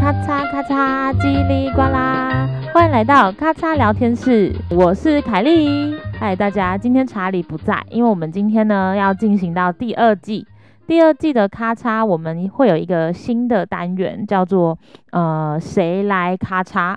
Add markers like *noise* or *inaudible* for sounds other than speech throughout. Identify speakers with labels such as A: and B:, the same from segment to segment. A: 咔嚓咔嚓，叽里呱啦，欢迎来到咔嚓聊天室，我是凯莉。嗨，大家，今天查理不在，因为我们今天呢要进行到第二季。第二季的咔嚓，我们会有一个新的单元，叫做呃谁来咔嚓，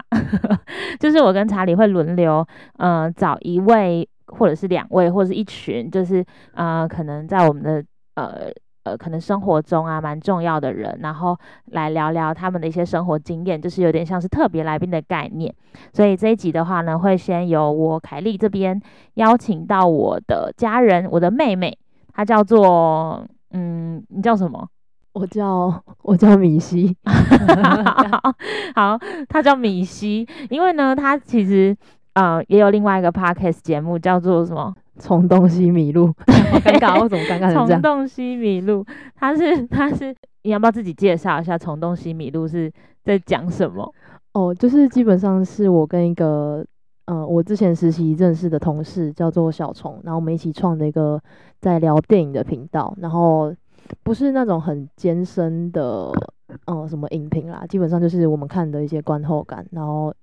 A: *laughs* 就是我跟查理会轮流，呃找一位或者是两位或者是一群，就是呃可能在我们的呃呃可能生活中啊蛮重要的人，然后来聊聊他们的一些生活经验，就是有点像是特别来宾的概念。所以这一集的话呢，会先由我凯莉这边邀请到我的家人，我的妹妹，她叫做嗯，你叫什
B: *laughs*
A: 么？
B: 我叫我叫米西，
A: 好，她叫米西，因为呢，她其实呃也有另外一个 podcast 节目叫做什么？
B: 从东西迷路，好尴尬，我怎么尴尬成这
A: 虫
B: 样？
A: 洞西米露，他是他是，你要不要自己介绍一下虫洞西米露是在讲什么？
B: 哦，就是基本上是我跟一个呃，我之前实习认识的同事叫做小虫，然后我们一起创的一个在聊电影的频道，然后不是那种很艰深的呃什么影评啦，基本上就是我们看的一些观后感，然后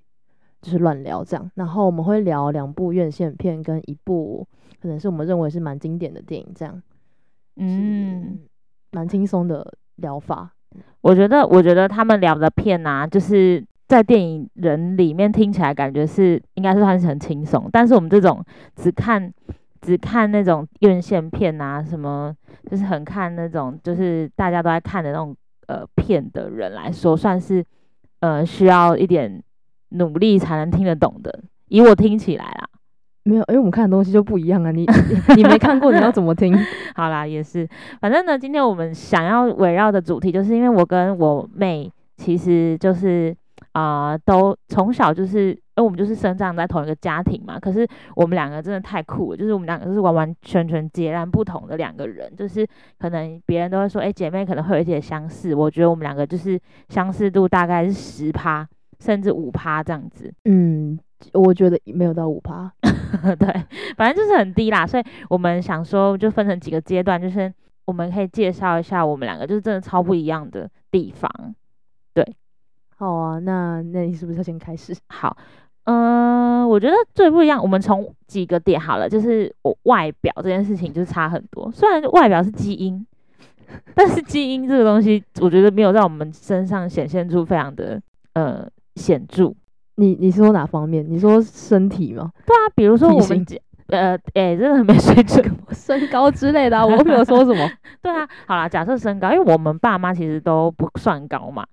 B: 就是乱聊这样，然后我们会聊两部院线片跟一部可能是我们认为是蛮经典的电影这样。
A: 嗯，，
B: 蛮轻松的疗法。
A: 我觉得我觉得他们聊的片啊，就是在电影人里面听起来感觉是应该是算是很轻松，但是我们这种只看只看那种院线片啊，什么就是很看那种就是大家都在看的那种呃片的人来说，算是呃需要一点努力才能听得懂的。以我听起来啦，
B: 没有，因为我们看的东西就不一样啊。 *laughs* 你你你没看过，你要怎么听？
A: 好啦，也是，反正呢，今天我们想要围绕的主题，就是因为我跟我妹其实就是啊、呃都从小就是，因为我们就是生长在同一个家庭嘛，可是我们两个真的太酷了，就是我们两个是完完全全截然不同的两个人，就是可能别人都会说，哎、姐妹可能会有一些相似，我觉得我们两个就是相似度大概是十趴。甚至五趴这样子，
B: *laughs* 嗯，我觉得没有到五趴。
A: *laughs* 对，反正就是很低啦，所以我们想说就分成几个阶段，就是我们可以介绍一下我们两个就是真的超不一样的地方。
B: 好啊，那那你是不是要先开始？
A: 好，嗯、我觉得最不一样，我们从几个点好了，就是我外表这件事情就差很多，虽然外表是基因。 *laughs* 但是基因这个东西，我觉得没有在我们身上显现出非常的呃显著。
B: *laughs* 你你是说哪方面？你说身体吗？
A: 对啊，比如说
B: 体
A: 我们
B: 型
A: 姐呃，哎、真的很没水准。
B: *laughs* 身高之类的、啊，我又没有说什么。
A: 对啊，好啦，假设身高，因为我们爸妈其实都不算高嘛，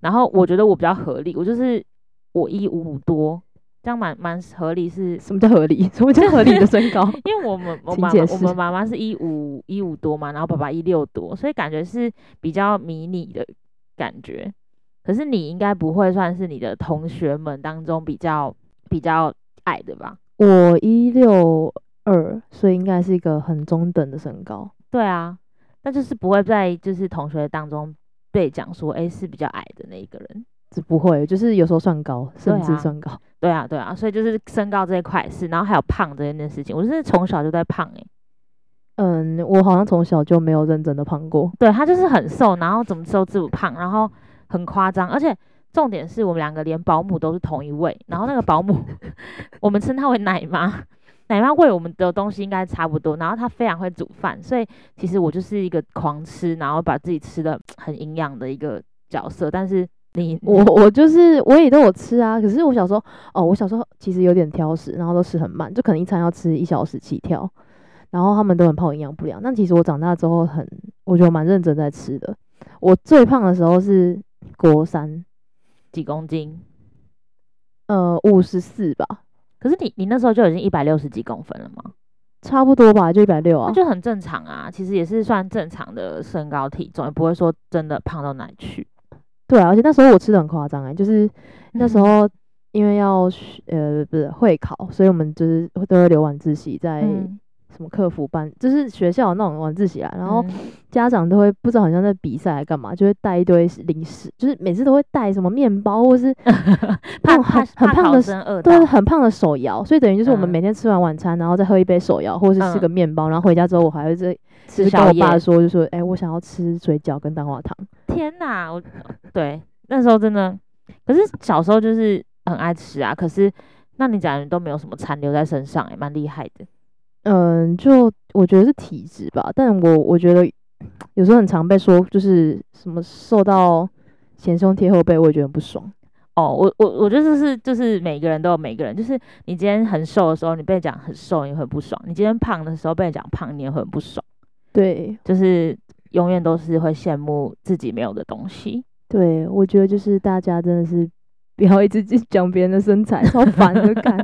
A: 然后我觉得我比较合理，我就是我一五五多，这样蛮蛮合理是，
B: *laughs* 什么叫合理？ *laughs* 什么叫合理的身高？
A: 因为我们我
B: 请
A: 妈妈
B: 解
A: 我
B: 释
A: 们妈妈是一五一五多嘛，然后爸爸一六多，所以感觉是比较迷你的感觉。可是你应该不会算是你的同学们当中比较比较矮的吧？
B: *laughs* 我一六二，所以应该是一个很中等的身高。
A: 对啊，那就是不会在就是同学当中被讲说，哎、是比较矮的那一个人。
B: 这不会，就是有时候算高，甚
A: 对
B: 至
A: 啊
B: 算高。
A: 对啊，对啊，所以就是身高这一块是，然后还有胖这件事情，我真的从小就在胖欸诶、
B: 嗯，我好像从小就没有认真的胖过。
A: 对他就是很瘦，然后怎么瘦自不胖，然后很夸张，而且重点是我们两个连保姆都是同一位，然后那个保姆 *laughs* 我们称她为奶妈，奶妈喂我们的东西应该差不多，然后她非常会煮饭，所以其实我就是一个狂吃，然后把自己吃的很营养的一个角色，但是你
B: 我我就是我也都有吃啊，可是我小时候哦，我小时候其实有点挑食，然后都吃很慢，就可能一餐要吃一小时起跳，然后他们都很怕我营养不良。但其实我长大之后很，我觉得我蛮认真在吃的。我最胖的时候是国三，
A: 几公斤，
B: 呃，五十四吧，
A: 可是你你那时候就已经一百六十几公分了吗？
B: 差不多吧，就一百六
A: 那
B: 啊。
A: 就很正常啊，其实也是算正常的身高体重，也不会说真的胖到哪里去。
B: 对啊，而且那时候我吃的很夸张哎，就是那时
A: 嗯
B: 候因为要学呃不是会考，所以我们就是都会留晚自习在
A: 嗯，
B: 什么客服班，就是学校有那种晚自习啊，然后。
A: 嗯
B: 家长都会不知道好像在比赛还干嘛，就会带一堆零食，就是每次都会带什么面包或是那
A: *laughs* 怕怕
B: 种嗯哦很很
A: 怕
B: 胖
A: 考
B: 的
A: 生饿到
B: 对啊很胖的手摇，所以等于就是我们
A: 嗯
B: 每天吃完晚餐，然后再喝一杯手摇，或者是
A: 嗯
B: 吃个面包，然后回家之后我还会再就
A: 吃
B: 是跟
A: 宵
B: 我
A: 夜。 *laughs*
B: 爸说，就说哎、我想要吃水饺跟蛋花糖，
A: 天哪，我对那时候真的，可是小时候就是很爱吃啊，可是那你讲都没有什么残留在身上、欸，也蛮厉害的。
B: 嗯，就我觉得是体质吧，但我我觉得 *sniffs* 有时候很常被说就是什么受到前胸贴后背，我也觉得很不爽。
A: 哦，我我我觉得这是就是每个人都有每个人，就是你今天很瘦的时候，你被讲很瘦，你会不爽；你今天胖的时候被讲胖，你也会很不爽。
B: 对
A: 就是永远都是会羡慕自己没有的东西。
B: 对，我觉得就是大家真的是不要一直去讲别人的身材，超烦的感。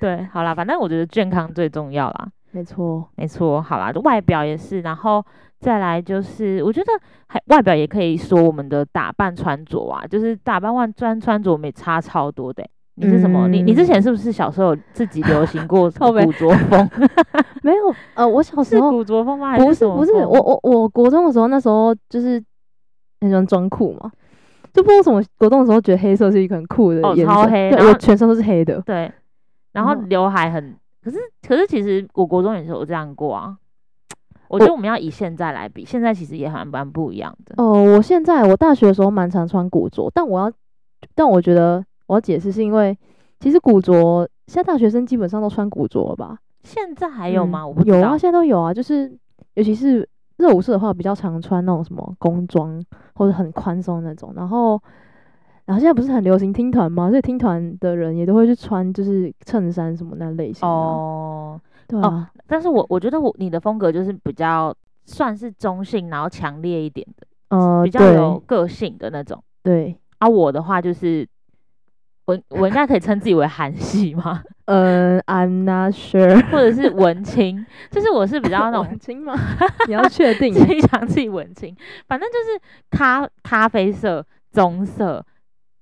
A: 对，好啦，反正我觉得健康最重要啦。
B: *laughs* 没错，
A: 没错，好啦，就外表也是，然后再来就是，我觉得还外表也可以说我们的打扮穿着啊，就是打扮完穿穿着，我们也差超多的欸、你是什么？你你之前是不是小时候有自己流行过 *laughs* 什
B: 靠
A: 么
B: 北
A: 古着风？
B: *laughs* 没有呃，我小时
A: 是
B: 候
A: 古着风吗？还
B: 不
A: 是
B: 是
A: 什么
B: 不是，
A: 风
B: 我我我国中的时候，那时候就是很喜欢装酷嘛，就不知道为什么国中的时候觉得黑色是一个很酷的
A: 哦
B: 颜色，
A: 超黑然
B: 对
A: 后
B: 我全身都是黑的。
A: 对，然后
B: 然后
A: 刘海很，可是可是其实我国中也是有这样过啊。我觉得我们要以现在来比，现在其实也还蛮不一样的。
B: 哦、我现在我大学的时候蛮常穿古着，但我要，但我觉得我要解释是因为，其实古着现在大学生基本上都穿古着了吧？
A: 现在还有
B: 嗯
A: 吗？我不知
B: 有
A: 道。
B: 啊，现在都有啊，就是尤其是热舞社的话，比较常穿那种什么工装或者很宽松那种。然后，然后现在不是很流行听团吗？所以听团的人也都会去穿就是衬衫什么那类型的啊。
A: 哦，
B: 对
A: 哦
B: 啊，
A: 但是我我觉得我你的风格就是比较算是中性，然后强烈一点的，
B: 呃，
A: 比较有个性的那种。
B: 对对，
A: 啊，我的话就是，我我应该可以称自己为韩系吗？ *laughs*
B: 嗯，I'm not sure，
A: 或者是文青？就是我是比
B: *laughs*
A: 较那种
B: 文青吗？你要确
A: *laughs*
B: 定
A: 自己讲自己文青，反正就是咖咖啡色、棕色，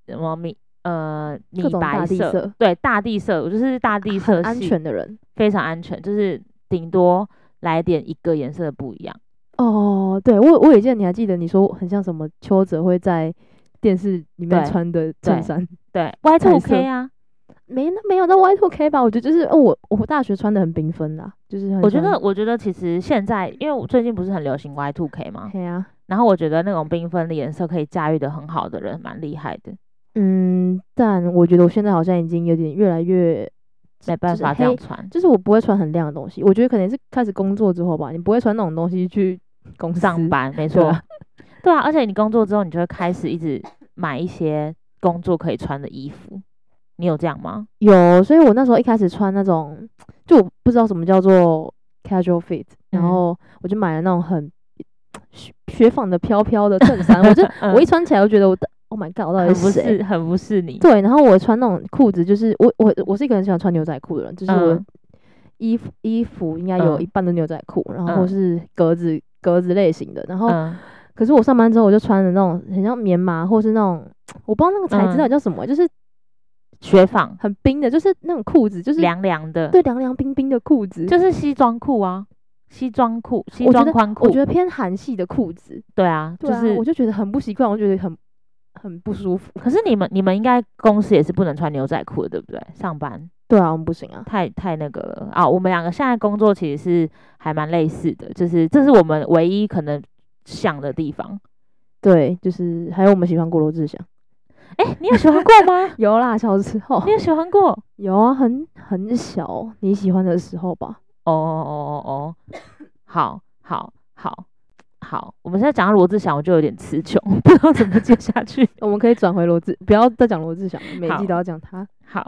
A: 什么米呃米
B: 各种
A: 白
B: 大地
A: 色，
B: 色
A: 对大地色，我就是大地色
B: 很安
A: 系，
B: 全的人。
A: 非常安全，就是顶多来点一个颜色的不一样。
B: 哦，对我我也记得，你还记得你说很像什么邱泽会在电视里面
A: 对
B: 穿的
A: 对
B: 衬衫。
A: 对，Y
B: 彩
A: two
B: 色
A: K 啊，
B: 没那没有到 Y two K 吧？我觉得就是，哦、我我大学穿的很缤纷啦，就是很
A: 我觉
B: 喜欢
A: 得，我觉得其实现在，因为我最近不是很流行 Y two K 嘛，
B: 嘿啊，
A: 然后我觉得那种缤纷的颜色可以驾驭的很好的人，蛮厉害的，
B: 嗯，但我觉得我现在好像已经有点越来越，
A: 没办
B: 就是
A: 法这样
B: 黑
A: 穿。
B: 就是我不会穿很亮的东西。我觉得可能是开始工作之后吧，你不会穿那种东西去公司
A: 上。班，没
B: 对
A: 错
B: 啊，
A: *laughs* 对啊，而且你工作之后，你就会开始一直买一些工作可以穿的衣服，你有这样
B: *laughs*
A: 吗？
B: 有，所以我那时候一开始穿那种，就我不知道什么叫做 casual fit，然
A: 嗯
B: 后我就买了那种很雪雪纺的飘飘的衬衫，
A: *laughs*
B: 我就我一穿起来，我觉得我的 Oh my God，我到
A: 嗯很
B: 底
A: 不
B: 嗯是谁？
A: 是，很不是你，
B: 对，然后我穿那种裤子，就是我我我是一个很喜欢穿牛仔裤的人，就是我
A: 嗯
B: 衣服、衣服应该有
A: 嗯
B: 一半的牛仔裤，然后
A: 嗯
B: 或是格子格子类型的，然后、
A: 嗯，
B: 可是我哦上班之后我就穿的那种很像棉麻，或是那种我不知道那个材
A: 嗯
B: 质到底叫什么，就是
A: 雪纺，
B: 很冰的，就是那种裤子，就是
A: 凉凉的，
B: 对凉凉冰冰的裤子，
A: 就是西装裤啊，西装裤，西
B: 我觉
A: 装
B: 得
A: 宽
B: 我
A: 裤
B: 觉，得偏韩系的裤子，
A: 对啊，
B: 对
A: 就
B: 啊，
A: 是。
B: 我就觉得很不习惯，我觉得很很不舒服。
A: 可是你们你们应该公司也是不能穿牛仔裤的，对不对？上班
B: 对啊，我们不行啊，
A: 太太那个了啊！我们两个现在工作其实是还蛮类似的，就是这是我们唯一可能像的地方。
B: 对，就是还有我们喜欢过罗志祥，
A: 哎、你有喜欢过
B: *laughs*
A: 吗？
B: 有啦，小时候
A: 你有喜欢过？
B: 有啊，很很小，你喜欢的时候吧。
A: 哦哦哦哦，好好好好，我们现在讲到罗志祥，我就有点词穷， *laughs* 不知道怎么接下去。
B: 我们可以转回罗志，不要再讲罗志祥了，每
A: 好
B: 一季都要讲他。
A: 好，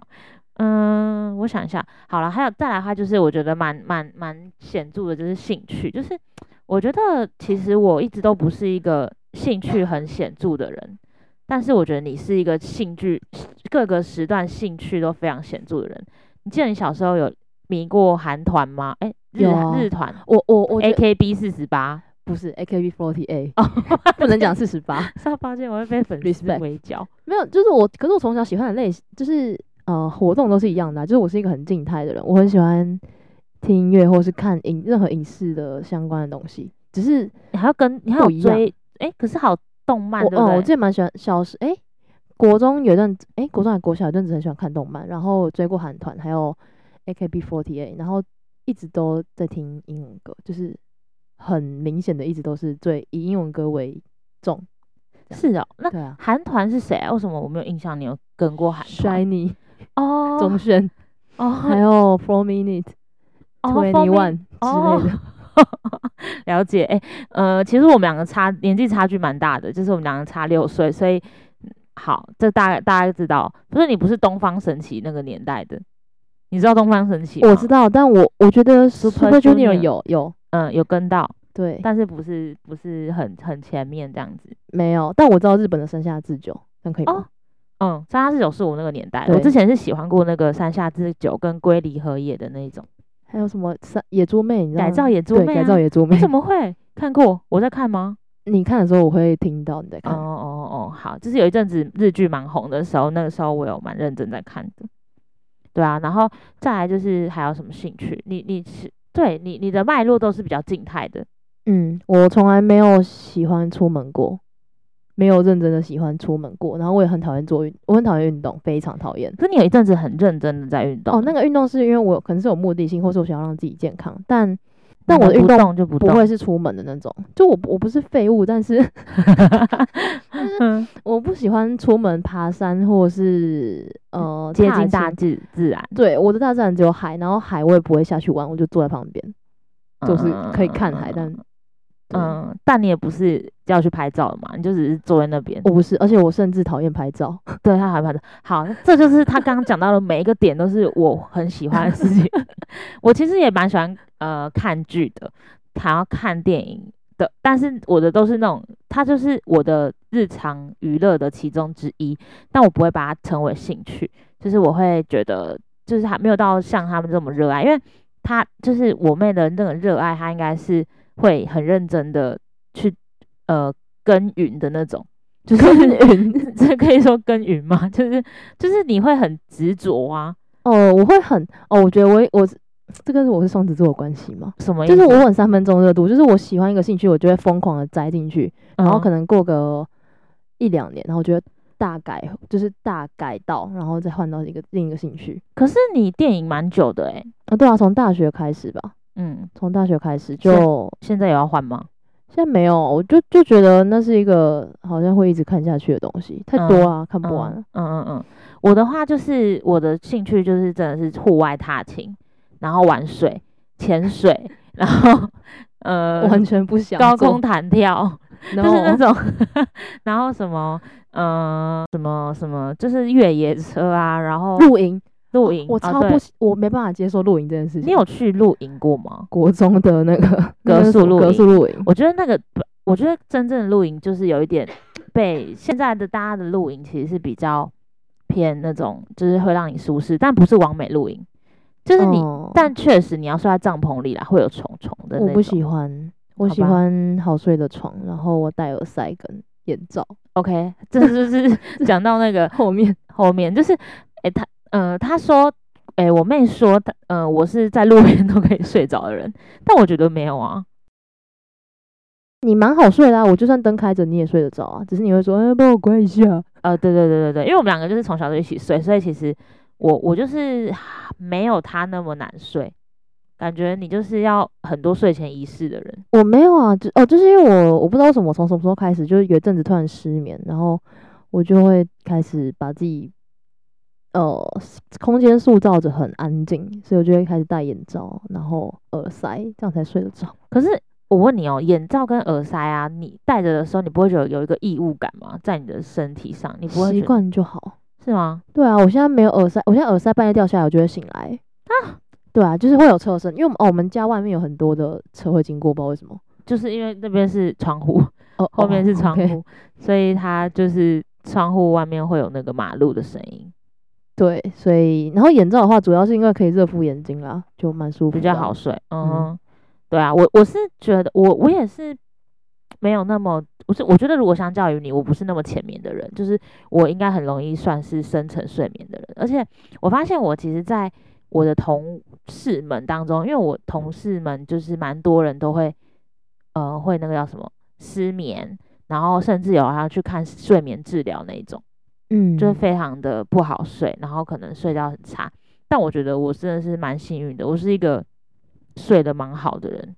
A: 嗯，我想一下，好了，还有再来的话，就是我觉得蛮蛮蛮显著的，就是兴趣，就是我觉得其实我一直都不是一个兴趣很显著的人。但是我觉得你是一个兴趣各个时段兴趣都非常显著的人。你记得你小时候有迷过韩团吗？哎、日
B: 有啊
A: 日团
B: 我我我觉
A: A
B: 得
A: K B 四十
B: *laughs*
A: 八
B: 不是 A K B forty eight，
A: 哦，
B: *laughs* 不能讲四十八。
A: *laughs* 上抱歉，我会被粉丝
B: Respect
A: 围剿。
B: *laughs* 没有，就是我，可是我从小喜欢的类型就是呃活动都是一样的啊、就是我是一个很静态的人，我很喜欢听音乐或是看影任何影视的相关的东西。只是
A: 你还要跟你还有
B: 不一样
A: 追哎、可是好动漫
B: 我
A: 对不
B: 嗯，
A: 对？
B: 我之前蛮喜欢小时诶，国中有一阵子，诶，国中还国小有一阵子很喜欢看动漫，然后追过韩团，还有 AKB48，然后一直都在听英文歌，就是很明显的一直都是最以英文歌为重，这样。
A: 是哦，那
B: 对啊
A: 韩团是谁啊？为什么我没有印象你有跟过韩团？
B: ，Shiny、
A: 哦
B: 钟铉，还
A: 哦
B: 有 Four Minute、
A: 哦
B: Twenty
A: Four
B: One
A: 哦
B: 之类的。
A: 了解，哎、呃，其实我们两个差年纪差距蛮大的，就是我们两个差六岁，所以嗯好，这大概大家知道，就是你不是东方神起那个年代的，你知道东方神起吗？
B: 我知，道，但我我觉得
A: 哦 Super
B: Super Junior
A: Junior
B: 有有
A: 嗯、有跟到，
B: 对，
A: 但是不是不是很很前面这样子，
B: 没有，但我知道日本的山下智久，这样可以
A: 哦
B: 吗？
A: 嗯，三下智久是我那个年代，我之
B: 对
A: 前是喜欢过那个山下智久跟龟梨和也的那一种
B: 还有什么山野猪妹，你知道
A: 改
B: 吗
A: 造野猪
B: 对
A: 妹、啊，
B: 改造野猪妹
A: 你，怎么会看过？我在看吗？
B: 你看的时候我会听到你在
A: 哦
B: 看。
A: 哦哦，好，就是有一阵子日剧蛮红的时候，那个时候我有蛮认真在看的。对啊，然后再来就是还有什么兴趣？你你是对你你的脉络都是比较静态的
B: 嗯，我从来没有喜欢出门过，没有认真的喜欢出门过。然后我也很讨厌做运，我很讨厌运动，非常讨厌。
A: 可是你有一阵子很认真的在运动
B: 哦，那个运动是因为我可能是有目的性，或是我想要让自己健康，但但
A: 你
B: 我的
A: 能
B: 运
A: 不
B: 动
A: 动就不
B: 不
A: 动，
B: 会是出门的那种。就我我不是废物，但是
A: *laughs*
B: *laughs*
A: 嗯，
B: 我不喜欢出门爬山或是呃
A: 接
B: 踏
A: 近大
B: 青
A: 自自然，
B: 对，我的大自然只有海，然后海我也不会下去玩，我就坐在旁边，就是可以看海，但对
A: 嗯，但你也不是要去拍照的嘛，你就只是坐在那边，
B: 我不是，而且我甚至讨厌拍照。
A: 对他害怕的。好，这就是他刚刚讲到的每一个点，都是我很喜欢的事情。 *laughs* 我其实也蛮喜欢呃看剧的，还要看电影的，但是我的都是那种，它就是我的日常娱乐的其中之一，但我不会把它称为兴趣，就是我会觉得就是还没有到像他们这么热爱，因为他就是我妹的那个热爱，她应该是会很认真的去呃耕耘的那种。就是 *laughs*
B: 云
A: 这可以说耕耘吗？ *laughs* 就是就是你会很执着啊，
B: 哦，我会很哦，我觉得我我是这跟我是双子座有关系吗？
A: 什么意
B: 就
A: 思？
B: 是我很三分钟热度，就是我喜欢一个兴趣，我就会疯狂的栽进去，
A: 嗯，
B: 然后哦可能过个一两年，然后我觉得大改就是大改到，然后再换到一个另一个兴趣。
A: 可是你电影蛮久的哎、欸，
B: 啊，对啊，从大学开始吧，
A: 嗯，
B: 从大学开始就
A: 现在也要换吗？
B: 现在没有，我就就觉得那是一个好像会一直看下去的东西，太多啊，看不完。
A: 嗯嗯嗯嗯，我的话就是我的兴趣就是真的是户外踏青，然后玩水、潜水，然后呃
B: 完全不想
A: 高
B: 做
A: 空，弹跳，
B: 然
A: 就是那
B: 后
A: 种， *laughs* 然后什么，呃，什么什么，就是越野车啊，然后
B: 露营，
A: 露营，
B: 嗯我
A: 啊
B: 超
A: 对
B: 不喜，我没办法接受露营这件事情。
A: 你有去露营过吗？
B: 国中的那个 *laughs* 那个
A: 宿
B: 什么
A: 露
B: 格
A: 营
B: 宿露营，
A: 我觉得那个不，我觉得真正的露营就是有一点被现在的大家的露营其实是比较偏那种，就是会让你舒适，但不是完美露营，就是你，
B: 哦
A: 但确实你要睡在帐篷里啦，会有虫虫的那
B: 我
A: 种。
B: 不喜欢，我
A: 好
B: 喜
A: 吧
B: 欢好睡的床，然后我戴耳塞跟眼罩。
A: OK，这 *laughs* 就是 *laughs* 讲到那个
B: *laughs* 后面
A: 后面，就是诶、他呃他说。诶、我妹说，她呃，我是在路边都可以睡着的人，但我觉得没有啊。
B: 你蛮好睡啦、我就算灯开着你也睡得着啊，只是你会说，哎、帮我关一下。
A: 呃，对对对对对，因为我们两个就是从小就一起睡，所以其实我我就是没有他那么难睡，感觉你就是要很多睡前仪式的人。
B: 我没有啊，就哦，就是因为我我不知道为什么，从什么时候开始，就是有一阵子突然失眠，然后我就会开始把自己呃空间塑造着很安静，所以我就会开始戴眼罩，然后耳塞，这样才睡得着。
A: 可是我问你哦，眼罩跟耳塞啊，你戴着的时候，你不会觉得有一个异物感吗？在你的身体上，你不会
B: 习
A: 觉得
B: 惯就好。
A: 是吗？
B: 对啊，我现在没有耳塞，我现在耳塞半夜掉下来，我就会醒来啊。对啊，就是会有车声，因为我们哦，我们家外面有很多的车会经过，不知道为什么。
A: 就是因为那边是窗户，
B: 哦，
A: 后面是窗户，
B: 哦，OK
A: 所以它就是窗户外面会有那个马路的声音，
B: 对，所以然后眼罩的话，主要是因为可以热敷眼睛啦，就蛮舒服，
A: 比较好。睡。嗯
B: 嗯
A: 哼，对啊，我我是觉得我我也是没有那么，我是我觉得如果相较于你，我不是那么浅眠的人，就是我应该很容易算是深层睡眠的人。而且我发现我其实，在我的同事们当中，因为我同事们就是蛮多人都会，呃，会那个叫什么失眠，然后甚至有还要去看睡眠治疗那一种。
B: 嗯，
A: 就是非常的不好睡，然后可能睡觉很差。但我觉得我真的是蛮幸运的，我是一个睡得蛮好的人。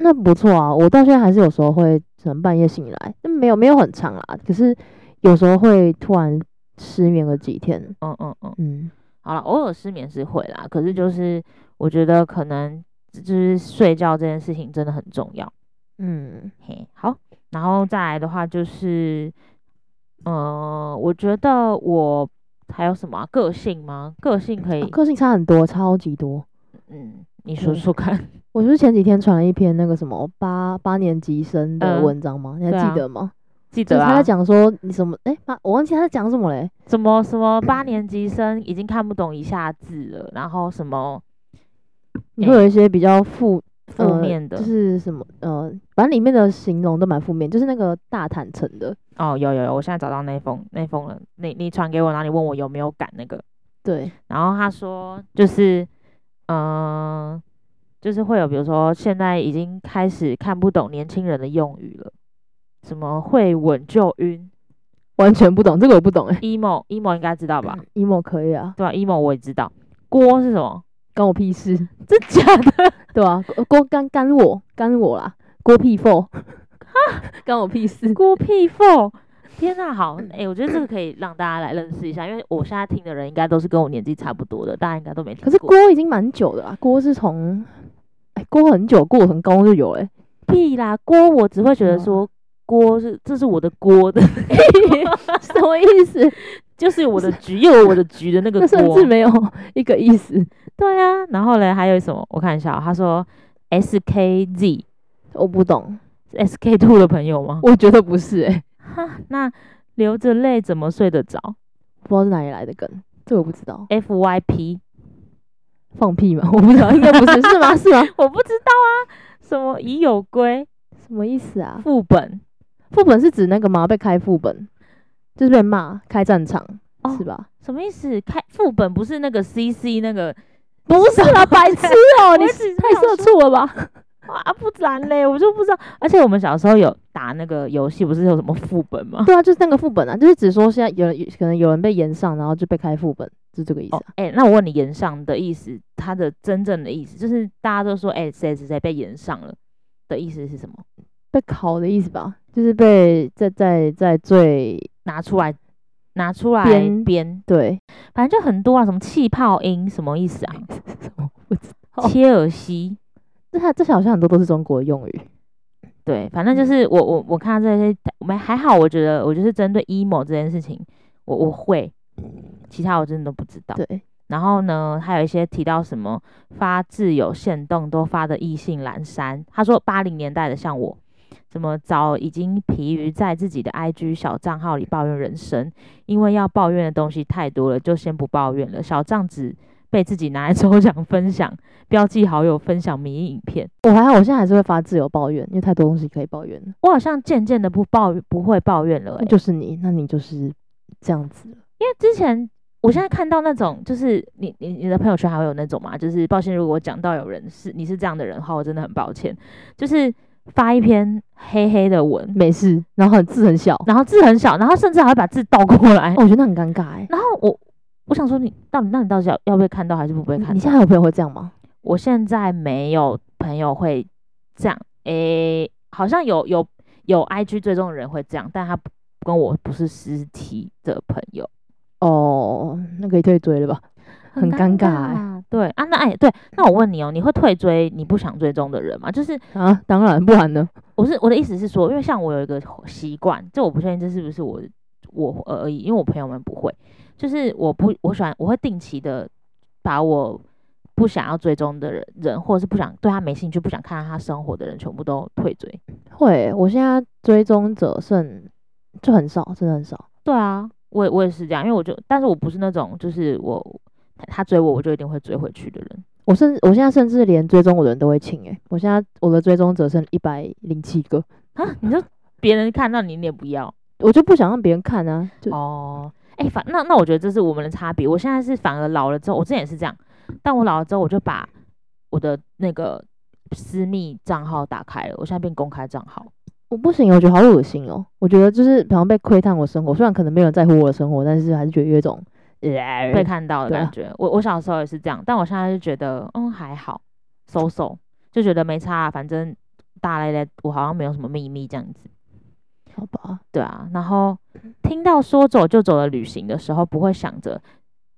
B: 那不错啊，我到现在还是有时候会可能半夜醒来，但没有没有很长啦，可是有时候会突然失眠个几天。
A: 嗯嗯嗯，
B: 嗯，
A: 好了，偶尔失眠是会啦，可是就是我觉得可能就是睡觉这件事情真的很重要。
B: 嗯，
A: 嘿，好，然后再来的话就是，呃，我觉得我还有什么啊、个性吗？个性可以，
B: 啊个性差很多，超级多。
A: 嗯，你说
B: 嗯
A: 说看。 *laughs*
B: 我就是前几天传了一篇那个什么八八年级生的
A: 嗯
B: 文章吗？你
A: 对
B: 还
A: 啊
B: 记得吗？
A: 记
B: 就是
A: 得
B: 他
A: 啊
B: 在，讲说你什么？哎、八我忘记他在讲什么嘞。
A: 什么什么八年级生已经看不懂以下字了，然后什么
B: 你会有一些比较负
A: 负
B: 呃
A: 面的、
B: 就是什么呃，反正里面的形容都蛮负面，就是那个大坦诚的，
A: 哦，有有有，我现在找到那封那封了，你你传给我，然后你问我有没有改那个，
B: 对，
A: 然后他说就是，嗯、就是会有比如说现在已经开始看不懂年轻人的用语了，什么会稳就晕
B: 完全不懂，这个我不懂哎、
A: ，emo emo 应该知道吧？
B: e m o 可以啊，
A: 对吧？emo 我也知道，锅是什么？
B: 关我屁事，
A: 真假的？
B: 对啊，呃郭干干我干我啦，郭屁 f 干我屁事，
A: 锅屁 *laughs* 缝。天呐、好，哎、我觉得这个可以让大家来认识一下，因为我现在听的人应该都是跟我年纪差不多的，大家应该都没听
B: 可是
A: 过。
B: 郭已经蛮久的啦，郭是从哎、郭很久，郭我从高中就有哎、
A: 屁啦，锅我只会觉得
B: 嗯
A: 说锅是这是我的锅 *laughs* 的，
B: 什么意思？
A: 就是我的局，又有我的局的那个
B: 那
A: 锅。
B: 甚至没有一个意思，
A: 对啊，然后嘞还有什么？我看一下哦、他说 S K Z
B: 我不懂，
A: S K *laughs* two 的朋友吗？
B: 我觉得不是哎、
A: 哈，那流着泪怎么睡得着
B: 不知道是哪里来的梗，这个我不知道，
A: ？F Y P
B: 放屁吗？ *laughs* 我不知道，应该不是， *laughs* 是吗？是吗？
A: 我不知道啊，什么已有归
B: 什么意思啊？
A: 副本
B: 副本是指那个吗？被开副本，就是被骂开战场、
A: 哦
B: 是吧？
A: 什么意思？开副本不是那个 C C 那个？
B: 不是啦， *laughs* 白痴哦、你
A: 我只是
B: 太
A: 想
B: 社畜了吧？
A: 啊，不然嘞，我就不知道。而且我们小时候有打那个游戏，不是有什么副本吗？
B: 对啊，就是那个副本啊，就是只说现在有人可能有人被延上，然后就被开副本，是这个意思、
A: 哦
B: 啊。，
A: 哎、那我问你，延上的意思，它的真正的意思，就是大家都说，哎、谁谁谁被延上了的意思是什么？
B: 被考的意思吧，就是被在在在最
A: 拿出来，拿出来
B: 编
A: 编，
B: 对
A: 反正就很多啊，什么气泡音，什么意
B: *laughs*
A: 思啊？
B: 我不知道
A: 切尔西，
B: 这下这下好像很多都是中国的用语。
A: 对，反正就是我我我看到这些，我们还好，我觉得我就是针对 emo 这件事情，我我会，其他我真的都不知道。
B: 对，
A: 然后呢，还有一些提到什么发自有限动都发的意兴阑珊。他说八零年代的像我，怎么早已经疲于在自己的 IG 小账号里抱怨人生，因为要抱怨的东西太多了，就先不抱怨了。小账只被自己拿来抽奖分享，标记好友分享迷影片。
B: 我还好，我现在还是会发自由抱怨，因为太多东西可以抱怨了。
A: 我好像渐渐的不抱怨，不会抱怨了、欸
B: 那。就是你，那你就是这样子了。
A: 因为之前我现在看到那种，就是你你你的朋友圈还会有那种嘛，就是抱歉，如果我讲到有人是你是这样的人的话，我真的很抱歉。就是发一篇黑黑的文，
B: 没事，然后很字很小，
A: 然后字很小，然后甚至还会把字倒过来。
B: 哦我觉得那很尴尬哎、
A: 然后我我想说你，到底那你到底要要被看到还是不被
B: 你
A: 看
B: 嗯你
A: 到
B: 现？在有朋友会这样吗？
A: 我现在没有朋友会这样，诶、好像有有有 IG 追踪的人会这样，但他不跟我不是实体的朋友。
B: 哦，那可以退追了吧？很尴尬欸
A: 啊对啊，那哎，对，那我问你哦，你会退追你不想追踪的人吗？就是
B: 啊，当然，不然呢？
A: 我是我的意思是说，因为像我有一个习惯，这我不确定这是不是我我而已，因为我朋友们不会，就是我不我喜欢我会定期的把我不想要追踪的人人，或者是不想对他没兴趣、不想看到他生活的人，全部都退追。
B: 会，我现在追踪者剩就很少，真的很少。
A: 对啊，我也我也是这样，因为我就但是我不是那种就是我他他追我我就一定会追回去的人。
B: 我甚我现在甚至连追踪我的人都会清哎、我现在我的追踪者剩一百零七个，
A: 啊，你就别人看到你，你也不要。
B: 我就不想让别人看啊，就、
A: 哦，哎、反那那我觉得这是我们的差别。我现在是反而老了之后，我之前也是这样，但我老了之后，我就把我的那个私密账号打开了，我现在变公开账号。
B: 我不行，我觉得好恶心哦、我觉得就是好像被窥探我生活，虽然可能没有人在乎我的生活，但是还是觉得有一种
A: 被
B: 被
A: 看到的
B: 对啊
A: 感觉。我我小时候也是这样，但我现在就觉得，嗯，还好，收手，就觉得没差啊，反正大咧咧，我好像没有什么秘密这样子。
B: 好吧，
A: 对啊，然后听到说走就走的旅行的时候，不会想着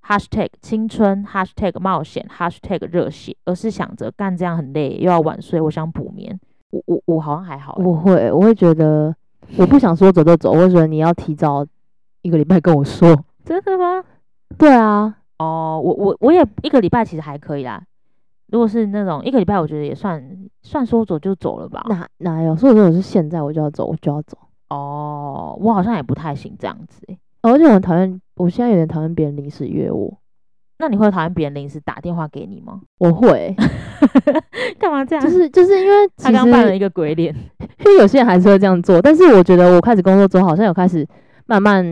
A: hashtag 青春 hashtag 冒险 hashtag 热血，而是想着干这样很累，又要晚睡，我想补眠。我我我好像还好欸、
B: 我会，我会觉得
A: 嗯
B: 我不想说走就走，我会觉得你要提早一个礼拜跟
A: *laughs*
B: 我说。
A: 真的吗？
B: 对啊，
A: 哦，我我我也一个礼拜其实还可以啦。如果是那种一个礼拜，我觉得也算算说走就走了吧。
B: 哪哪有？所以我说我是现在我就要走，我就要走。
A: 哦，我好像也不太行这样子欸、
B: 哦而且我很讨厌，我现在有点讨厌别人临时约我。
A: 那你会讨厌别人临时打电话给你吗？*laughs*
B: 我会，
A: 干嘛这样？
B: 就是就是因为其
A: 他
B: 实
A: 刚扮了一个鬼 *laughs* 脸。
B: 因为有些人还是会这样做，但是我觉得我开始工作之后，好像有开始慢慢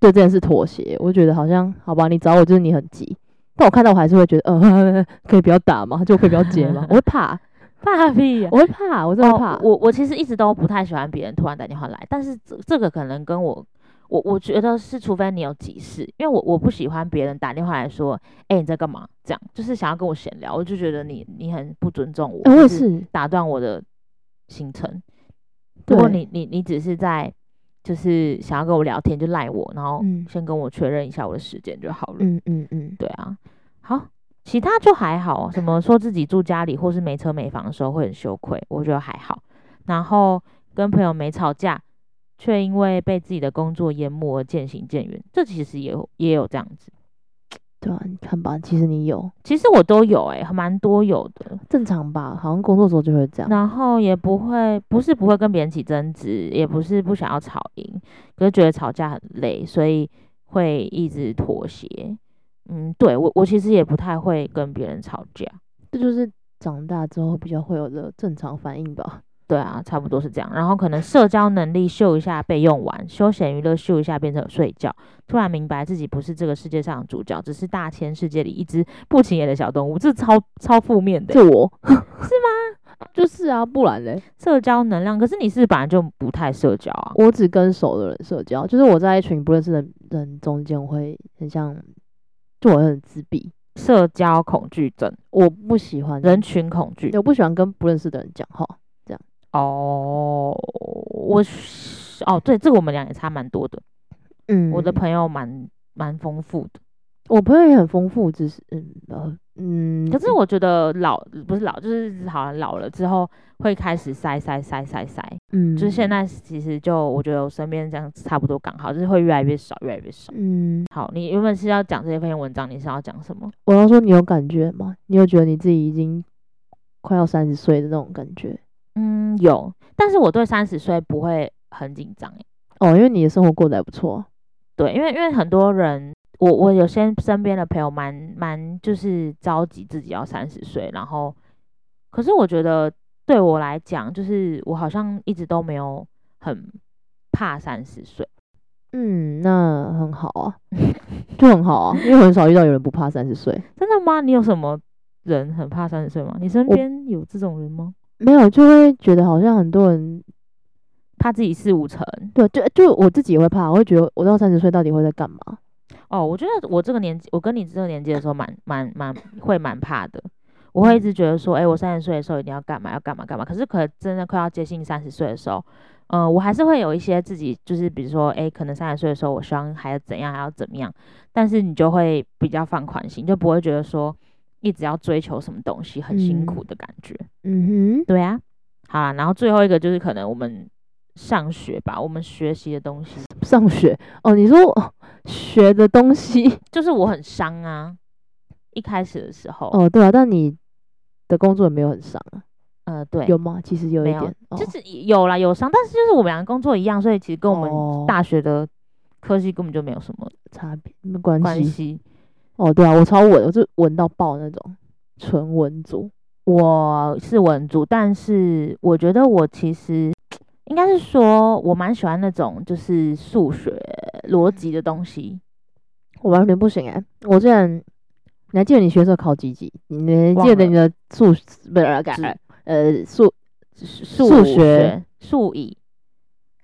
B: 对这件事妥协。我觉得好像好吧，你找我就是你很急，但我看到我还是会觉得，呃， *laughs* 可以不要打吗？就可以不要接吗？我会怕，
A: 怕 *laughs* 屁呀、
B: 我会怕，我真的会怕。
A: 哦、我我其实一直都不太喜欢别人突然打电话来，但是这这个可能跟我我我觉得是，除非你有急事，因为我我不喜欢别人打电话来说，哎、你在干嘛？这样就是想要跟我闲聊，我就觉得你你很不尊重我，
B: 哎我
A: 或
B: 也
A: 是
B: 是，
A: 打断我的行程。如果
B: 对
A: 你你你只是在就是想要跟我聊天，就赖我，然后
B: 嗯
A: 先跟我确认一下我的时间就好了。
B: 嗯嗯嗯，
A: 对啊，好，其他就还好，什么说自己住家里或是没车没房的时候会很羞愧，我觉得还好。然后跟朋友没吵架，却因为被自己的工作淹没而渐行渐远，这其实也有也有这样子。
B: 对啊，你看吧，其实你有
A: 其实我都有、欸，还蛮多有的。
B: 正常吧？好像工作之后就会这样。
A: 然后也不会，不是不会跟别人起争执，也不是不想要吵赢，可是觉得吵架很累，所以会一直妥协。嗯，对我我其实也不太会跟别人吵架。
B: 这就是长大之后比较会有的正常反应吧。
A: 对啊，差不多是这样。然后可能社交能力秀一下被用完，休闲娱乐秀一下变成睡觉，突然明白自己不是这个世界上的主角，只是大千世界里一只不起眼的小动物，这超超负面的欸。
B: 就 *laughs* 我是吗？ *laughs* 就是啊，不然嘞，
A: 社交能量，可是你是不是本来就不太社交啊？
B: 我只跟熟的人社交，就是我在一群不认识的人中间，我会很像，就我很自闭，
A: 社交恐惧症，
B: 我不喜欢
A: 人，群恐惧。
B: 我不喜欢跟不认识的人讲话。
A: 哦，我是哦，对，这个我们俩也差蛮多的。
B: 嗯
A: 我的朋友蛮蛮丰富的，
B: 我朋友也很丰富，只是嗯呃嗯，
A: 可是我觉得老不是老，就是好像老了之后会开始塞塞塞塞塞。
B: 嗯，
A: 就是现在其实就我觉得我身边这样差不多刚好，就是会越来越少，越来越少。
B: 嗯，
A: 好，你原本是要讲这些篇文章，你是要讲什么？
B: 我要说你有感觉吗？你有觉得你自己已经快要三十岁的那种感觉？
A: 嗯，有，但是我对三十岁不会很紧张诶。
B: 哦，因为你的生活过得还不错啊，
A: 对，因为因为很多人，我我有些身边的朋友蛮蛮就是着急自己要三十岁，然后可是我觉得对我来讲，就是我好像一直都没有很怕三十岁。
B: 嗯，那很好 *laughs* 啊，就很好啊，因为很少遇到有人不怕三十岁。
A: 真的吗？你有什么人很怕三十岁吗？你身
B: 我
A: 边有这种人吗？
B: 没有，就会觉得好像很多人
A: 怕自己四五成，
B: 对，就就我自己也会怕，我会觉得我到三十岁到底会在干嘛？
A: 哦，我觉得我这个年纪，我跟你这个年纪的时候蛮，蛮蛮会蛮怕的。我会一直觉得说，哎、我三十岁的时候一定要干嘛，要干嘛干嘛。可是，可真的快要接近三十岁的时候，嗯、我还是会有一些自己，就是比如说，哎、可能三十岁的时候，我希望还要怎样，还要怎么样。但是你就会比较放宽心，就不会觉得说一直要追求什么东西很辛
B: 嗯
A: 苦的感觉。
B: 嗯
A: 对啊，好啦，然后最后一个就是可能我们上学吧，我们学习的东西，
B: 哼，上学哦，你说 *laughs* 哦学的东西
A: 就是我很伤啊。一开始的时候，
B: 哦，对啊，但你的工作也没有很上啊，
A: 呃，对，
B: 有吗？其实有一
A: 没有
B: 点，哦
A: 就是有啦有伤，但是就是我们两个工作一样，所以其实跟我们
B: 哦
A: 大学的科系根本就没有什么
B: 差别没关
A: 关
B: 系。
A: 系。
B: 哦，对啊，我超稳，我就稳到爆那种，纯文组。
A: 我是文组，但是我觉得我其实应该是说，我蛮喜欢那种就是数学逻辑的东西。
B: 我完全不行哎、我之前你还记得你学的时候考几级？你还
A: 忘
B: 记得
A: 了
B: 你的数不是呃
A: 只
B: 呃数
A: 数
B: 数
A: 学
B: 学、
A: 数乙。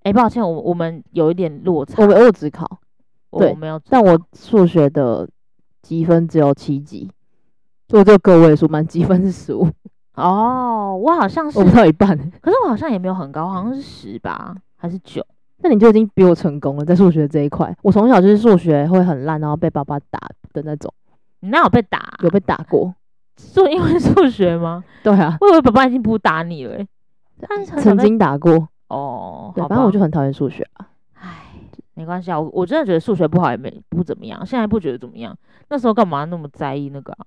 A: 哎、抱歉，我我们有一点落差，
B: 我没我只考，
A: 我
B: 对
A: 我没有，
B: 但我数学的积分只有七级，我只有个位数，满积分是十五。
A: 哦，我好像是
B: 我，不到一半。欸
A: 可是我好像也没有很高，我好像是十吧，
B: 嗯
A: 还是九？
B: 那你就已经比我成功了，在数学这一块，我从小就是数学会很烂，然后被爸爸打的那种，
A: 你那有被打、啊？
B: 有被打过。
A: 就因为数学
B: *laughs*
A: 吗？
B: 对啊，
A: 我以为爸爸已经不打你了欸、但是很少
B: 曾
A: 被
B: 经打过。
A: 哦，
B: 对，
A: 好
B: 反正
A: 吧
B: 我就很讨厌数学啊。
A: 唉，没关系啊，我我真的觉得数学不好也没不怎么样，现在不觉得怎么样。那时候干嘛那么在意那个啊、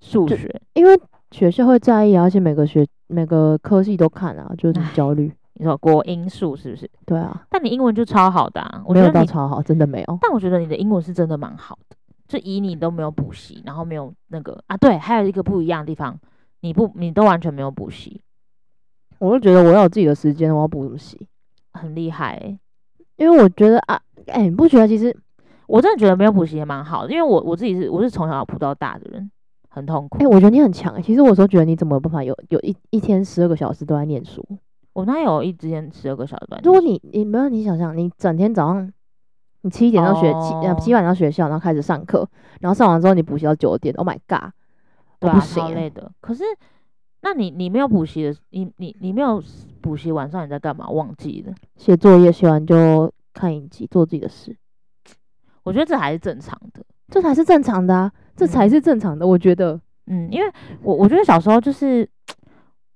A: 数
B: 就
A: 学？
B: 因为学校会在意啊，而且每个学每个科系都看啊，就是很焦虑。
A: 你说国英数是不是？
B: 对啊，
A: 但你英文就超好的、啊，我
B: 没
A: 觉得
B: 有到
A: 你，嗯
B: 超好，真的没有。
A: 但我觉得你的英文是真的蛮好的，就以你都没有补习，然后没有那个啊，对，还有一个不一样的地方，你不你都完全没有补习，
B: 我就觉得我要有自己的时间，我要补什么习？
A: 很厉害、欸。
B: 因为我觉得啊，哎、你不觉得其实，
A: 我真的觉得没有补习也蛮好的，因为我我自己是我是从小补到大的人，很痛苦。
B: 哎、我觉得你很强、欸。其实我有时候觉得你怎么有办法有有一一天十二个小时都在念书？
A: 我那有一之前十二个小时班，
B: 如果你你没有你想想，你整天早上你七点到学七呃
A: 哦
B: 七晚到学校，然后开始上课，然后上完之后你补习到九点，Oh my god！
A: 对
B: 我
A: 啊，
B: 不行
A: 超
B: 欸
A: 累的。可是，那你你没有补习的，你你你没有补习，晚上你在干嘛？忘记了。
B: 写作业写完就看影集，做自己的事，
A: 我觉得这还是正常的。
B: 这才是正常的啊，这才
A: 嗯
B: 是正常的。我觉得
A: 嗯，因为我我觉得小时候就是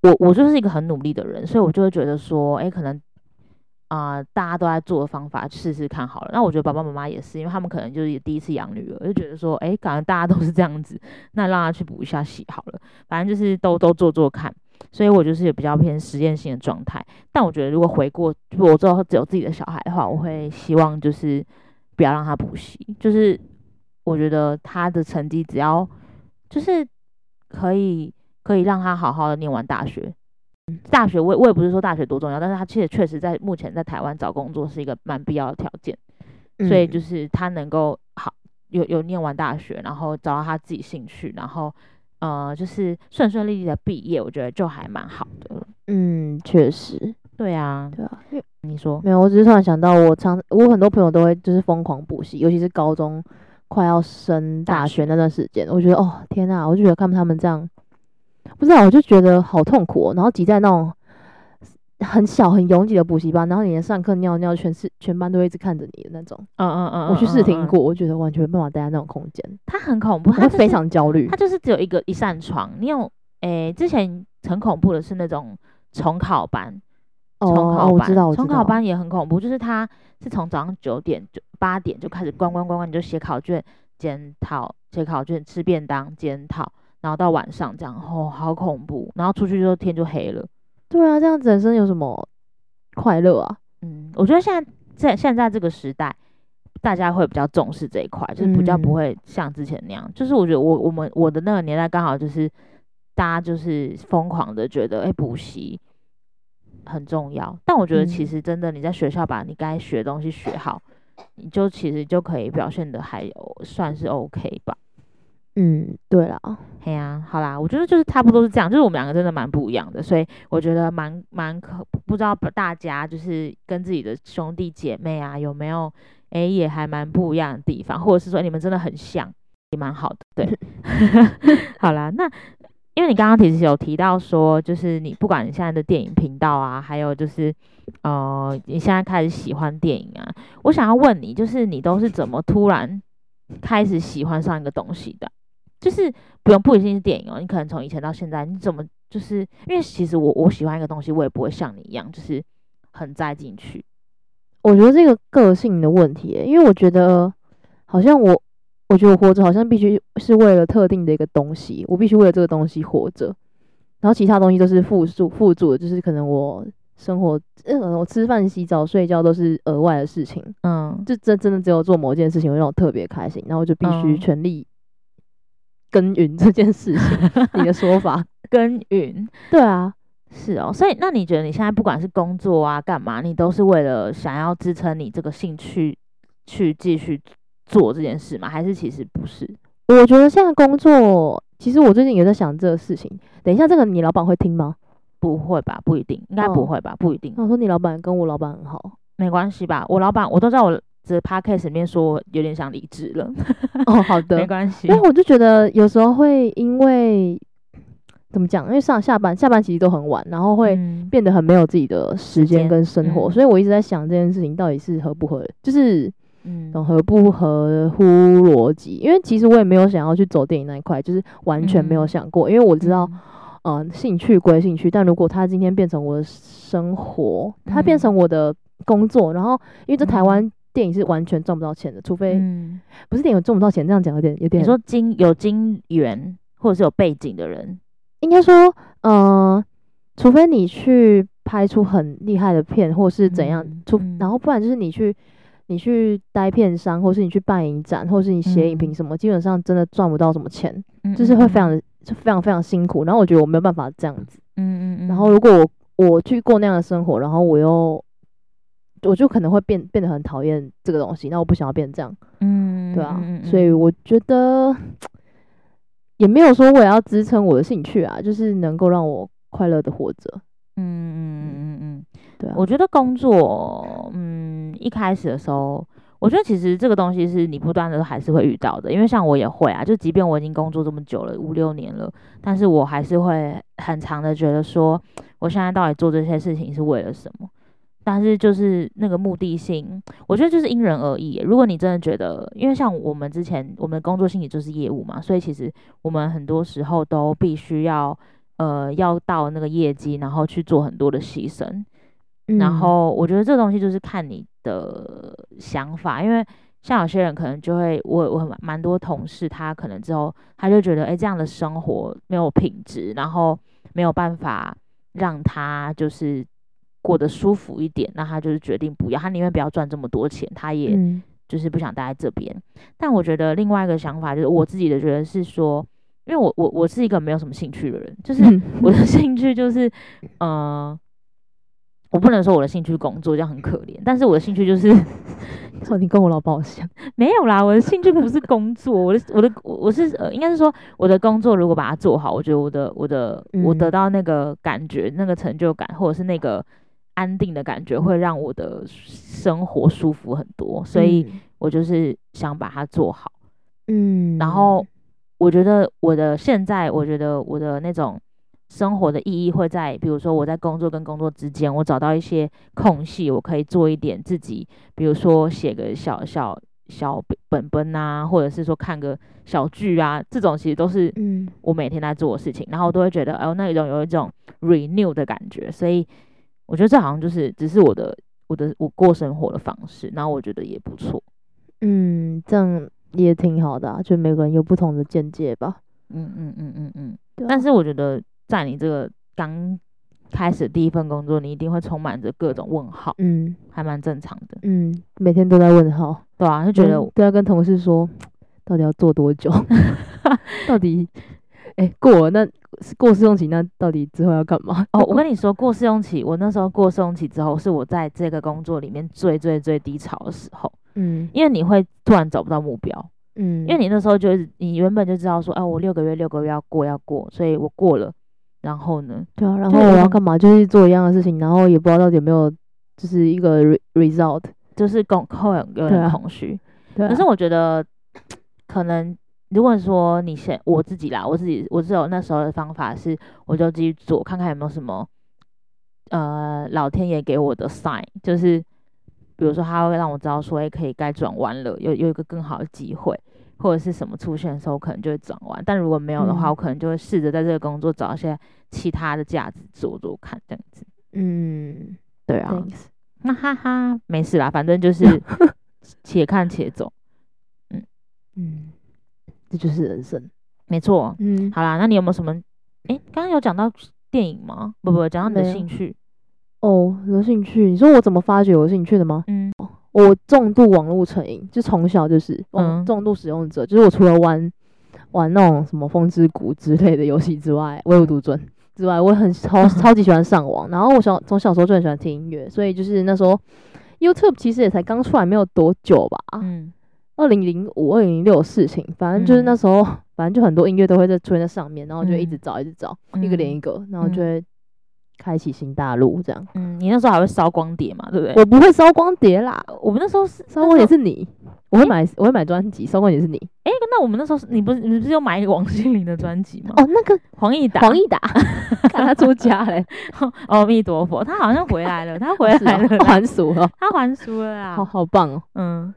A: 我我就是一个很努力的人，所以我就会觉得说，诶，可能啊、大家都在做的方法试试看好了。那我觉得爸爸妈妈也是，因为他们可能就是也第一次养女儿，就觉得说，诶，感觉大家都是这样子，那让他去补一下习好了。反正就是都都做做看。所以我就是有比较偏实验性的状态，但我觉得如果回过，如果我之后只有自己的小孩的话，我会希望就是不要让他补习，就是我觉得他的成绩只要就是可以可以让他好好的念完大学。大学我也我也不是说大学多重要，但是他其实确实在目前在台湾找工作是一个蛮必要的条件，所以
B: 嗯
A: 就是他能够好有有念完大学，然后找到他自己兴趣，然后呃就是顺顺利利的毕业，我觉得就还蛮好的了。
B: 嗯，确实
A: 对啊，
B: 对啊，因为
A: 你说
B: 没有，我只是突然想到，我常我很多朋友都会就是疯狂补习，尤其是高中快要升
A: 大
B: 大学那段时间，我觉得哦天呐，我就觉得看他们这样，不知道我就觉得好痛苦、哦，然后挤在那种很小很拥挤的补习班，然后你连上课尿尿，全是全班都会一直看着你的那种。
A: 嗯嗯嗯，
B: 我去试听
A: 嗯，
B: 过，我觉得完全没办法待在那种空间，
A: 他很恐怖，*laughs*
B: 我
A: 他
B: 会
A: 就是
B: 非常焦虑
A: 它。就是只有一个一扇窗。你有诶、之前很恐怖的是那种重考班，
B: 哦，
A: 重考
B: 哦我
A: 班，
B: 知道，我知
A: 重考
B: 道。
A: 班也很恐怖，就是它是从早上九点就八点就开始关关关关，你就写考卷、检讨、写考卷、吃便当、检讨，然后到晚上这样，哦，好恐怖。然后出去之后天就黑了。
B: 对啊，这样子人生有什么快乐啊？
A: 嗯，我觉得现在在现在这个时代，大家会比较重视这一块，就是比较不
B: 嗯
A: 会像之前那样。就是我觉得我我们我的那个年代刚好就是大家就是疯狂的觉得，哎、补习很重要。但我觉得其
B: 嗯
A: 实真的你在学校把你该学的东西学好，你就其实就可以表现的还有算是 OK 吧。
B: 嗯，对啦，
A: 嘿呀、好啦，我觉得就是差不多是这样，就是我们两个真的蛮不一样的，所以我觉得蛮蛮可不知道大家就是跟自己的兄弟姐妹啊有没有诶、也还蛮不一样的地方，或者是说你们真的很像，也蛮好的。对，好啦，那因为你刚刚其实有提到说，就是你不管你现在的电影频道啊，还有就是呃你现在开始喜欢电影啊，我想要问你，就是你都是怎么突然开始喜欢上一个东西的？就是不用不一定是电影哦，你可能从以前到现在，你怎么就是因为其实我我喜欢一个东西，我也不会像你一样，就是很栽进去。
B: 我觉得这个个性的问题欸耶，因为我觉得好像我，我觉得我活着好像必须是为了特定的一个东西，我必须为了这个东西活着，然后其他东西都是附属附属的，就是可能我生活，呃，我吃饭、洗澡、睡觉都是额外的事情，
A: 嗯
B: 就真真的只有做某件事情会让我特别开心，然后我就必须
A: 嗯
B: 全力耕耘这件事情。你的说法，
A: 耕耘
B: 对啊，
A: 是哦，所以那你觉得你现在不管是工作啊干嘛，你都是为了想要支撑你这个兴趣去继续做这件事吗？还是其实不是？
B: 我觉得现在工作，其实我最近也在想这个事情。等一下，这个你老板会听吗？
A: 不会吧？不一定，应该不
B: 哦
A: 会吧？不一定，
B: 那我说你老板跟我老板
A: *laughs*
B: 很好
A: 没关系吧？我老板我都在我这 podcast 里面说，我有点想离职了，
B: 哦，好
A: 没
B: 的。
A: 关系
B: 但。我就觉得有时候会因为怎么讲？因为上下班下班其实都很晚，然后会
A: 嗯
B: 变得很没有自己的时
A: 间
B: 间跟生活，
A: 嗯
B: 所以我一直在想这件事情到底是合不合，就是
A: 嗯
B: 懂合不合乎逻辑。因为其实我也没有想要去走电影那一块，就是完全没有
A: 嗯
B: 想过，因为我知道，
A: 嗯
B: 嗯、兴趣归兴趣，但如果它今天变成我的生活，它
A: 嗯
B: 变成我的工作，然后因为在台
A: 嗯
B: 湾电影是完全赚不到钱的，除非、
A: 嗯
B: 不是电影赚不到钱，这样讲有点有点，
A: 你说金有金源或者是有背景的人，
B: 应该说，嗯，除非你去拍出很厉害的片，或是怎样
A: 嗯，
B: 除
A: 嗯
B: 然后不然就是你去你去待片商，或是你去办影展，或是你写影评
A: 嗯
B: 什么，基本上真的赚不到什么钱，
A: 嗯
B: 就是会非常
A: 嗯
B: 的就非常非常辛苦。然后我觉得我没有办法这样子。
A: 嗯嗯，
B: 然后如果我我去过那样的生活，然后我又我就可能会变变得很讨厌这个东西，那我不想要变这样，
A: 嗯，
B: 对啊
A: 嗯，
B: 所以我觉得也没有说我也要支撑我的兴趣啊，就是能够让我快乐的活着，
A: 嗯嗯嗯嗯
B: 对
A: 嗯，
B: 啊，
A: 我觉得工作，嗯，一开始的时候。我觉得其实这个东西是你不断的还是会遇到的，因为像我也会啊，就即便我已经工作这么久了，五六年了，但是我还是会很长的觉得说，我现在到底做这些事情是为了什么？但是就是那个目的性，我觉得就是因人而异耶。如果你真的觉得，因为像我们之前我们的工作性质就是业务嘛，所以其实我们很多时候都必须要呃要到那个业绩，然后去做很多的牺牲。
B: 嗯
A: 然后我觉得这东西就是看你的想法，因为像有些人可能就会，我我蛮蛮多同事，他可能之后他就觉得，哎，这样的生活没有品质，然后没有办法让他就是过得舒服一点，那他就是决定不要，他宁愿不要赚这么多钱，他也
B: 嗯
A: 就是不想待在这边。但我觉得另外一个想法就是我自己的觉得是说，因为我我我是一个没有什么兴趣的人，就是
B: 嗯 *laughs*
A: 我的 *laughs* 兴趣就是，呃，我不能说我的兴趣是工作这样很可怜，但是我的兴趣就是 *laughs*
B: 操，你跟我老板好像，
A: 没有啦，我的兴趣不是工作，我的我的我我是呃，应该是说我的工作如果把它做好，我觉得我的我的我得
B: 嗯
A: 到那个感觉、那个成就感，或者是那个安定的感觉，会让我的生活舒服很多，
B: 嗯
A: 所以我就是想把它做好。
B: 嗯，嗯
A: 然后我觉得我的现在，我觉得我的那种生活的意义会在，比如说我在工作跟工作之间，我找到一些空隙，我可以做一点自己，比如说写个小小小本本本啊，或者是说看个小剧啊，这种其实都是
B: 嗯
A: 我每天在做的事情，然后我都会觉得，哎、呦，那种有一种 renew 的感觉，所以我觉得这好像就是只是我的我的我过生活的方式，然后我觉得也不错，
B: 嗯，这样也挺好的啊，就每个人有不同的见解吧。
A: 嗯嗯嗯嗯嗯。
B: 对啊
A: 但是我觉得，在你这个刚开始第一份工作，你一定会充满着各种问号，
B: 嗯
A: 还蛮正常的，
B: 嗯，每天都在问号，
A: 对啊，就觉得
B: 跟都要跟同事说，到底要做多久？ *laughs* 到底，哎、过了那过试用期，那到底之后要干嘛？
A: 哦，我跟你说，过试用期，我那时候过试用期之后，是我在这个工作里面最最最低潮的时候，
B: 嗯
A: 因为你会突然找不到目标，
B: 嗯，
A: 因为你那时候就是你原本就知道说，哎、我六个月六个月要过要过，所以我过了，然后呢，
B: 对啊，然
A: 就
B: 后
A: 有
B: 我要
A: 种
B: 干嘛？就是做一样的事情，然后也不知道到底有没有就是一个 re- result。
A: 就是空空有
B: 对
A: 点
B: 啊
A: 空虚，
B: 对啊、
A: 可是我觉得，可能如果说你先我自己啦，我自己我只有那时候的方法是，我就继续做，看看有没有什么，呃，老天爷给我的 sign，就是比如说他会让我知道说，哎、可以该转弯了，有有一个更好的机会，或者是什么出现的时候，我可能就会转弯。但如果没有的话，
B: 嗯
A: 我可能就会试着在这个工作找一些其他的价值做做看，这样子。
B: 嗯
A: 对啊，
B: ，thanks。
A: 那哈哈，没事啦，反正就是
B: *laughs*
A: 且看且走，
B: 嗯，这就是人生。
A: 没错。
B: 嗯，
A: 好啦，那你有没有什么？诶，刚刚有讲到电影吗？不不，讲到你
B: 嗯没
A: 的
B: 有
A: 兴趣。
B: 哦，我的兴趣，你说我怎么发掘我的兴趣的吗？
A: 嗯
B: 我重度网络成瘾，就从小就是
A: 嗯
B: 嗯重度使用者，就是我除了玩玩那种什么风之谷之类的游戏之外，微
A: 嗯
B: 不独尊之外，我很超超级喜欢上网。然后我小从小时候就很喜欢听音乐，所以就是那时候 YouTube 其实也才刚出来没有多久吧，
A: 嗯
B: 二零零五、二零零六的事情，反正就是
A: 嗯
B: 那时候，反正就很多音乐都会在出现在上面，然后就一直
A: 嗯
B: 找，一直找，一个连一个，然后就
A: 嗯
B: 会开启新大陆这样。
A: 嗯，你那时候还会烧光碟嘛？对不对？
B: 我不会烧光碟啦，
A: 我们那时候是
B: 烧光碟
A: 也
B: 是你，我会
A: 诶
B: 买，我会买专辑，烧光碟是你。
A: 哎，那我们那时候是你不是你不是有买一个王心凌的专辑吗？
B: 哦，那个
A: 黄义达，哦 *laughs*
B: 黄义达，看他出家嘞，
A: 阿弥陀佛，他好像回来了，他回来了 *laughs*
B: 是哦
A: 啦，
B: 还俗了，
A: 他还俗了啦。
B: 好好棒哦。
A: 嗯，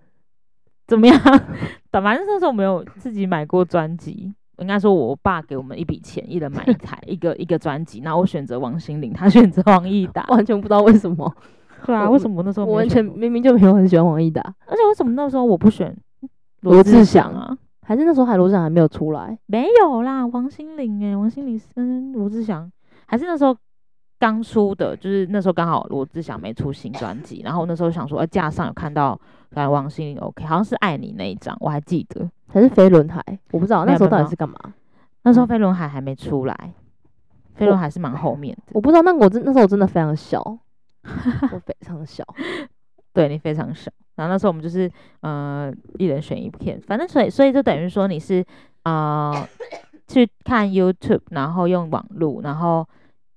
A: 怎么样？ *laughs* 但反正那时候我们有自己买过专辑，应该说我爸给我们一笔钱，一人买一台一个一个专辑，然后我选择王心凌，他选择王一达。
B: 完全不知道为什么，
A: 对啊，
B: 我
A: 为什么我那时候
B: 我
A: 没有
B: 完全
A: 选过？
B: 明明就没有很喜欢王一达，
A: 而且为什么那时候我不选
B: 罗志
A: 祥
B: 祥
A: 啊？
B: 还是那时候海罗展还没有出来，
A: 没有啦，王心凌哎、王心凌跟罗志祥，还是那时候刚出的，就是那时候刚好罗志祥没出新专辑，然后那时候想说，哎、架上有看到，反正王心凌 OK，好像是《爱你》那一张，我还记得。
B: 还是飞轮海，我不知道
A: 没有
B: 那时候
A: 没有
B: 到底是干嘛，
A: 那时候
B: 嗯
A: 飞轮海还没出来，飞轮海是蛮后面的。
B: 我不知道。那个我真那时候我真的非常
A: *laughs*
B: 小，我非常小，
A: 对你非常小。然后那时候我们就是呃，一人选一片，反正所以所以就等于说你是呃去看 YouTube，然后用网路，然后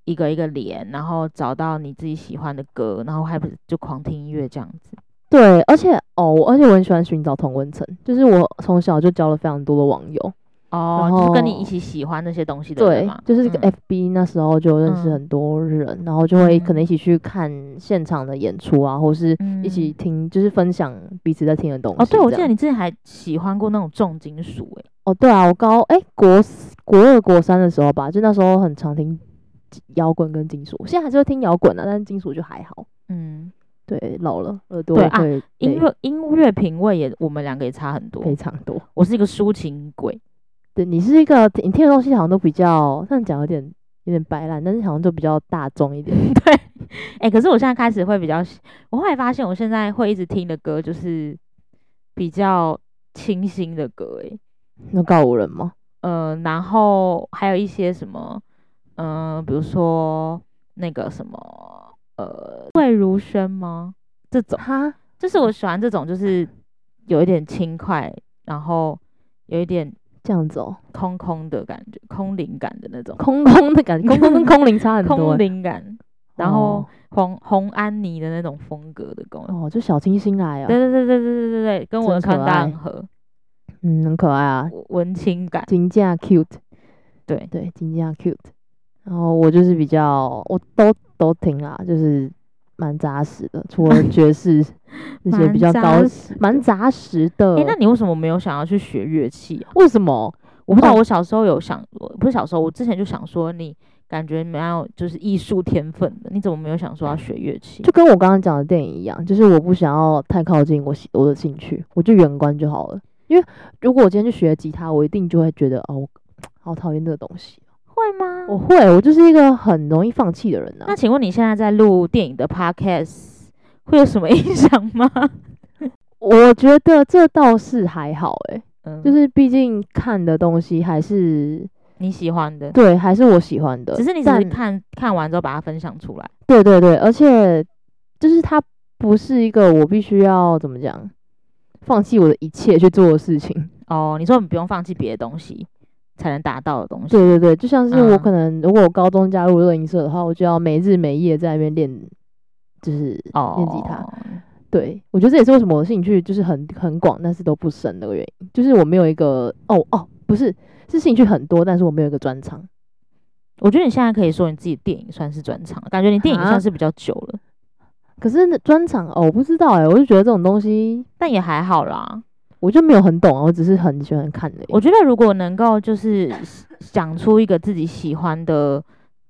A: 一个一个连，然后找到你自己喜欢的歌，然后还不是就狂听音乐这样子。
B: 对，而且哦，我而且我很喜欢寻找同温层，就是我从小就交了非常多的网友，
A: 哦，
B: 然
A: 就是跟你一
B: 后
A: 起喜欢那些东西的人
B: 对
A: 嘛，，
B: 就是这
A: 嗯
B: 个 FB 那时候就认识
A: 嗯
B: 很多人，然后就会可
A: 嗯
B: 能一起去看现场的演出啊，或是一起
A: 嗯
B: 听，就是分享彼此在听的东西。
A: 哦，对，我记
B: 这
A: 得
B: 样
A: 你之前还喜欢过那种重金属欸诶、
B: 哦，对啊，我高哎、国四国二国三的时候吧，就那时候很常听摇滚跟金属，现在还是会听摇滚啊，但是金属就还好。
A: 嗯，
B: 对，老了耳朵
A: 对
B: 也
A: 啊
B: 会
A: 音
B: 累
A: 乐音乐品味也我们两个也差很多。
B: 非常多。
A: 我是一个抒情鬼，
B: 对你是一个你听的东西好像都比较，这样讲有点有点白烂，但是好像就比较大众 *laughs* 一点。
A: 哎、可是我现在开始会比较喜，我后来发现我现在会一直听的歌就是比较清新的歌、欸，
B: 那告五人吗？
A: 呃，然后还有一些什么，嗯，比如说那个什么，呃，魏如萱吗？这种，
B: 哈，
A: 就是我喜欢这种，就是有一点轻快，然后有一点
B: 这样子哦，
A: 空空的感觉，空灵感的那种，
B: 空空的感觉，空空跟 *laughs* 空灵差很多
A: 空
B: 欸。
A: 灵感，然后红红安妮的那种风格的歌。
B: 哦，哦就小清新来
A: 对
B: 啊，
A: 对对对对对对，跟我的
B: 真可
A: 穿搭
B: 爱
A: 很合，
B: 嗯，很可爱啊，
A: 文文青感。
B: 金价 cute。
A: 对，
B: 对，金价 cute。然后我就是比较，我都都听啦，就是蛮扎实的，
A: *laughs*
B: 除了爵士那些比较高
A: 哎、，
B: 蛮扎实的。
A: 诶那你为什么没有想要去学乐器啊、
B: 为什么？
A: 我不知道，
B: 哦
A: 我小时候有想，我不是小时候，我之前就想说你感觉蛮有就是艺术天分的，你怎么没有想说要学乐器？
B: 就跟我刚刚讲的电影一样，就是我不想要太靠近我喜我的兴趣，我就远观就好了。因为如果我今天去学吉他，我一定就会觉得哦，我好讨厌这个东西。
A: 会吗？
B: 我会，啊我就是一个很容易放弃的人呐、
A: 那请问你现在在录电影的 podcast 会有什么 *laughs* 影响吗？
B: 我觉得这倒是还好、欸，诶，
A: 嗯，
B: 就是毕竟看的东西还是
A: 你喜欢的，
B: 对，还是我喜欢的。
A: 只是你只
B: 但
A: 是看看完之后把它分享出来。
B: 对对对，而且就是它不是一个我必须要怎么讲，放弃我的一切去做的事情。
A: 哦，你说你不用放弃别的东西才能达到的东西。
B: 对对对，就像是我
A: 嗯
B: 可能如果我高中加入热音社的话，我就要没日没夜在那边练，就是
A: 哦，
B: 练吉他。对我觉得这也是为什么我的兴趣就是很很广，但是都不深的原因，就是我没有一个哦哦，不是是兴趣很多，但是我没有一个专长。
A: 我觉得你现在可以说你自己电影算是专场，感觉你电影
B: 啊
A: 算是比较久了，
B: 可是那专长哦，我不知道哎、我就觉得这种东西
A: 但也还好啦。
B: 我就没有很懂啊，我只是很喜欢看的。
A: 我觉得如果能够就是 *laughs* 讲出一个自己喜欢的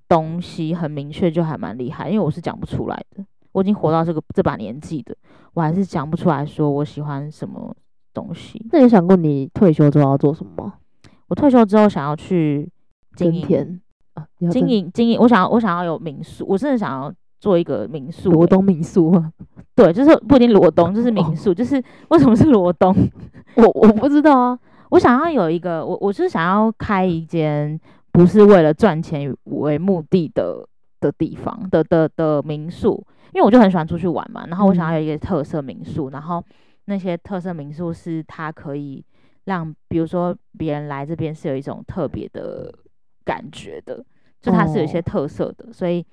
A: 东西，很明确，就还蛮厉害。因为我是讲不出来的，我已经活到这个这把年纪的，我还是讲不出来说我喜欢什么东西。
B: 那你有想过你退休之后要做什么吗？
A: 我退休之后想要去经
B: 耕
A: 营
B: 田啊，你要
A: 经
B: 跟
A: 营经营，我想要我想要有民宿，我真的想要做一个民宿、
B: 罗
A: 欸
B: 东民宿吗？
A: 对，就是不一定罗东，就是
B: 哦
A: 民宿，就是为什么是罗东？
B: 我我不知道啊，
A: 我想要有一个，我我是想要开一间不是为了赚钱为目的的的地方的的的民宿，因为我就很喜欢出去玩嘛，然后我想要有一个特色民宿，然后那些特色民宿是它可以让，比如说别人来这边是有一种特别的感觉的，就它是有一些
B: 哦
A: 特色的，所以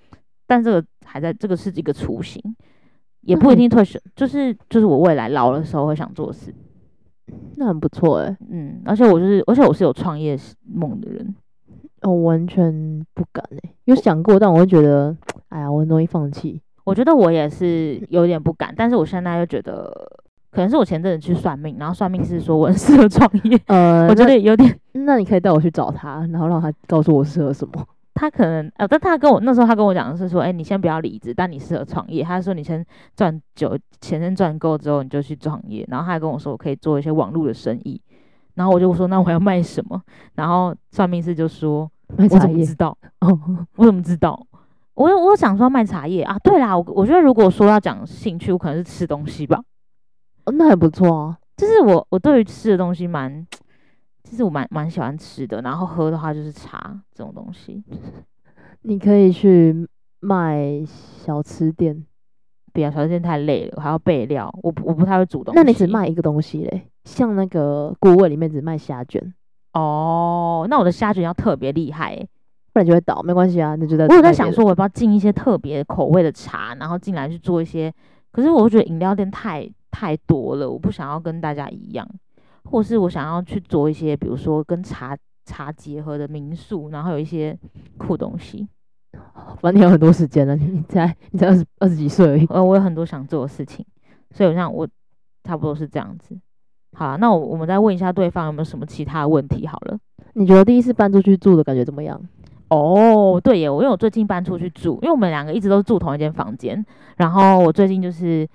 A: 但这个还在这个是一个雏形，也
B: 那
A: 不一
B: 很
A: 定退休，就是就是我未来老的时候会想做的事。
B: 那很不错哎、
A: 嗯，而且我就是，而且我是有创业梦的人，
B: 我完全不敢哎、有想过，但我会觉得，哎呀，我很容易放弃。
A: 我觉得我也是有点不敢，但是我现在又觉得，可能是我前阵子去算命，然后算命是说我很适合创业，
B: 呃，
A: 我觉得有点，
B: 那那你可以带我去找他，然后让他告诉我适合什么。
A: 他可能呃，但他跟我那时候他跟我讲的是说，哎、你先不要离职，但你适合创业，他说你先赚久，钱先赚够之后你就去创业，然后他还跟我说我可以做一些网络的生意，然后我就说那我要卖什么，然后算命师就说
B: 卖
A: 我
B: 茶
A: 怎么
B: 叶
A: 知道，
B: 哦，
A: 我怎么知道？我有我有想说卖茶叶啊，对啦，我我觉得如果说要讲兴趣，我可能是吃东西吧。
B: 那很不错啊。
A: 就是我我对于吃的东西蛮，就是我蛮蛮喜欢吃的，然后喝的话就是茶这种东西。
B: 你可以去卖小吃店，
A: 比较小吃店太累了，我还要备料，我不我不太会煮东西。
B: 那你只卖一个东西嘞？像那个顾问里面只卖虾卷，
A: 哦？那我的虾卷要特别厉害欸、
B: 不然就会倒，没关系啊，那就在。
A: 我有在想说，，我要不要进一些特别口味的茶，然后进来去做一些。可是我又觉得饮料店太太多了，我不想要跟大家一样，或是我想要去做一些，比如说跟茶茶结合的民宿，然后有一些酷东西。
B: 反正你有很多时间了，你你才你才二十二十几岁而已。
A: 呃，我有很多想做的事情，所以我想我差不多是这样子。好啦，那我我们再问一下对方有没有什么其他的问题好了。
B: 你觉得第一次搬出去住的感觉怎么样？
A: 哦，对耶，我因为我最近搬出去住，因为我们两个一直都住同一间房间，然后我最近就是，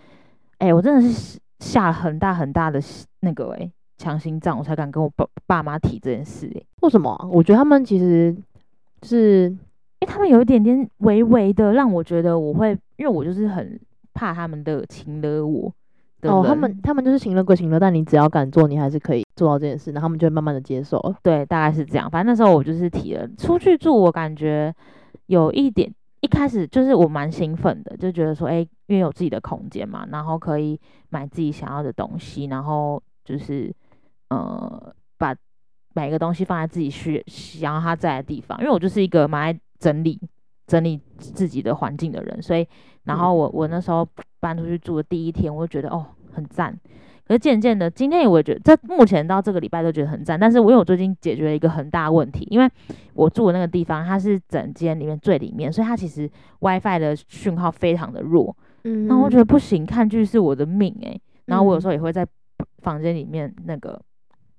A: 哎、我真的是下了很大很大的心那个哎、强心脏，我才敢跟我爸爸妈提这件事哎、
B: 为什么啊、我觉得他们其实就是
A: 因为他们有一点点微微的让我觉得我会，因为我就是很怕他们的情勒我的
B: 哦，他
A: 人
B: 们他们就是行了归行了，但你只要敢做，你还是可以做到这件事，然后他们就会慢慢的接受了。
A: 对，大概是这样。反正那时候我就是提了出去住，我感觉有一点，一开始就是我蛮兴奋的，就觉得说，哎、因为有自己的空间嘛，然后可以买自己想要的东西，然后就是呃，把每个东西放在自己需想要它在的地方。因为我就是一个蛮爱整理整理自己的环境的人，所以然后我我那时候搬出去住的第一天，我就觉得哦很赞。可是渐渐的，今天我也觉得，这目前到这个礼拜都觉得很赞。但是我因为我最近解决了一个很大的问题，因为我住的那个地方它是整间里面最里面，所以它其实 WiFi 的讯号非常的弱。
B: 嗯
A: 那、我觉得不行，看剧是我的命诶、然后我有时
B: 候
A: 候也会在房间里面那个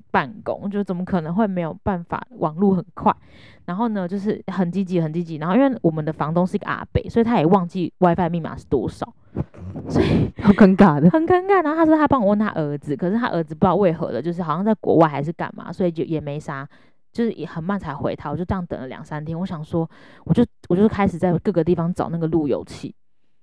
A: 办公，就怎么可能会没有办法网络很快？然后呢，就是很积极，很积极。然后因为我们的房东是一个阿北，所以他也忘记 WiFi 密码是多少，
B: 好尴尬的，
A: 很尴尬。然后他说他帮我问他儿子，可是他儿子不知道为何的，就是好像在国外还是干嘛，所以就也没啥，就是也很慢才回他。我就这样等了两三天，我想说，我就我就开始在各个地方找那个路由器，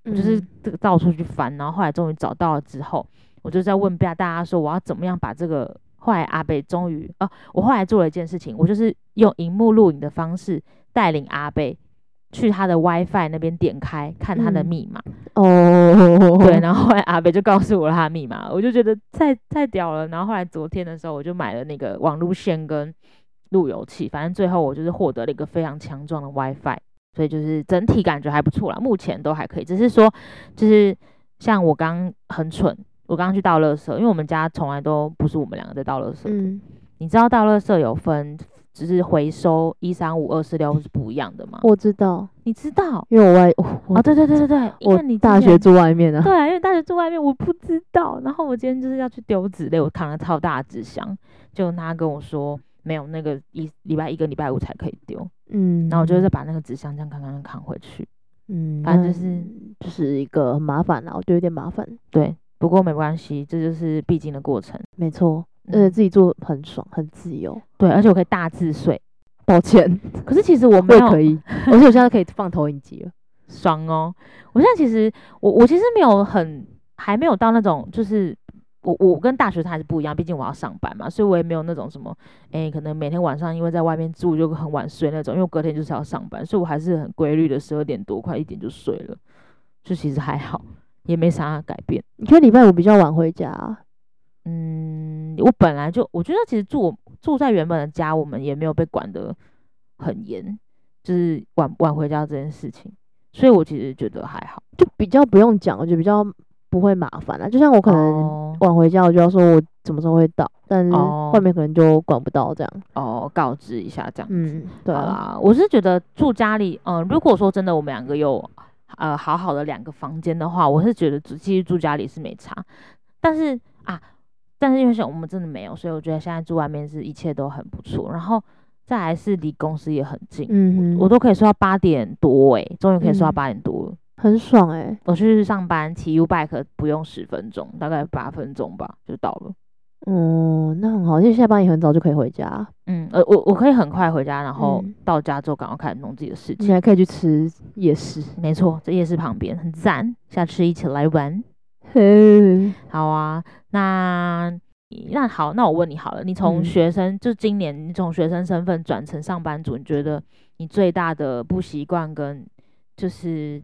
A: 我就是
B: 嗯
A: 这个到处去翻，然后后来终于找到了之后，我就在问大家说我要怎么样把这个。后来阿贝终于哦、我后来做了一件事情，我就是用荧幕录影的方式带领阿贝去他的 WiFi 那边点开看他的
B: 嗯
A: 密码，
B: 哦，
A: 对，然后后来阿北就告诉我他的密码，我就觉得太太屌了。然后后来昨天的时候，我就买了那个网路线跟路由器，反正最后我就是获得了一个非常强壮的 WiFi，所以就是整体感觉还不错啦，目前都还可以。只是说，就是像我刚很蠢，我刚去倒垃圾，因为我们家从来都不是我们两个在倒垃圾，
B: 嗯，
A: 你知道倒垃圾有分。只是回收一三五二四六是不一样的吗？
B: 我知道，
A: 你知道
B: 因为我外我
A: 啊、
B: 我
A: 对对对对对，因为你之
B: 我大
A: 前
B: 学住外面 *laughs* 啊，
A: 对啊，因为大学住外面，我不知道。然后我今天就是要去丢纸类，我扛了超大的纸箱，就他跟我说没有那个一礼拜一跟礼拜五才可以丢，
B: 嗯，
A: 然后我就再把那个纸箱这样扛扛扛扛回去。
B: 嗯，
A: 反正
B: 那
A: 就是
B: 就是一个很麻烦啦，啊我觉得有点麻烦，
A: 对，不过没关系，这就是必经的过程。
B: 没错，嗯而
A: 嗯
B: 且自己做很爽，很自由。
A: 对，而且我可以大自睡。
B: 抱歉，
A: 可是其实我没
B: 我也
A: 有
B: 可以，
A: *laughs*
B: 而且我现在可以放投影机了。
A: 爽哦！我现在其实我我其实没有很还没有到那种就是。我我跟大学生还是不一样，毕竟我要上班嘛，所以我也没有那种什么，诶、可能每天晚上因为在外面住就很晚睡那种，因为我隔天就是要上班，所以我还是很规律的，十二点多快一点就睡了，就其实还好，也没啥改变。
B: 你觉得礼拜五比较晚回家啊、
A: 嗯，我本来就我觉得其实住我住在原本的家，我们也没有被管得很严，就是晚晚回家这件事情，所以我其实觉得还好。
B: 就比较不用讲，我觉得比较不会麻烦啦。就像我可能
A: 哦
B: 晚回家，我就要说我什么时候会到，但是
A: 哦
B: 外面可能就管不到这样。
A: 哦告知一下这样。
B: 嗯，对
A: 好
B: 啊，
A: 啦，我是觉得住家里，嗯、如果说真的我们两个有呃好好的两个房间的话，我是觉得只继续住家里是没差。但是啊，但是因为像我们真的没有，所以我觉得现在住外面是一切都很不错。然后再来是离公司也很近，
B: 嗯哼，
A: 我都可以睡到八点多诶、终于可以睡到
B: 嗯
A: 八点多了。
B: 很爽哎。
A: 我去上班骑 U bike 不用十分钟，大概八分钟吧就到了。
B: 嗯，那很好，因为下班也很早就可以回家，
A: 嗯，呃，我我可以很快回家，然后
B: 嗯
A: 到家之后赶快开始弄自己的事情
B: 你。还可以去吃
A: *laughs*
B: 夜市。
A: 没错，在夜市旁边，很赞，下次一起来玩。
B: 嘿，
A: 好啊，那那好，那我问你好了，你从
B: 嗯
A: 学生、就今年你从学生身份转成上班族，你觉得你最大的不习惯跟就是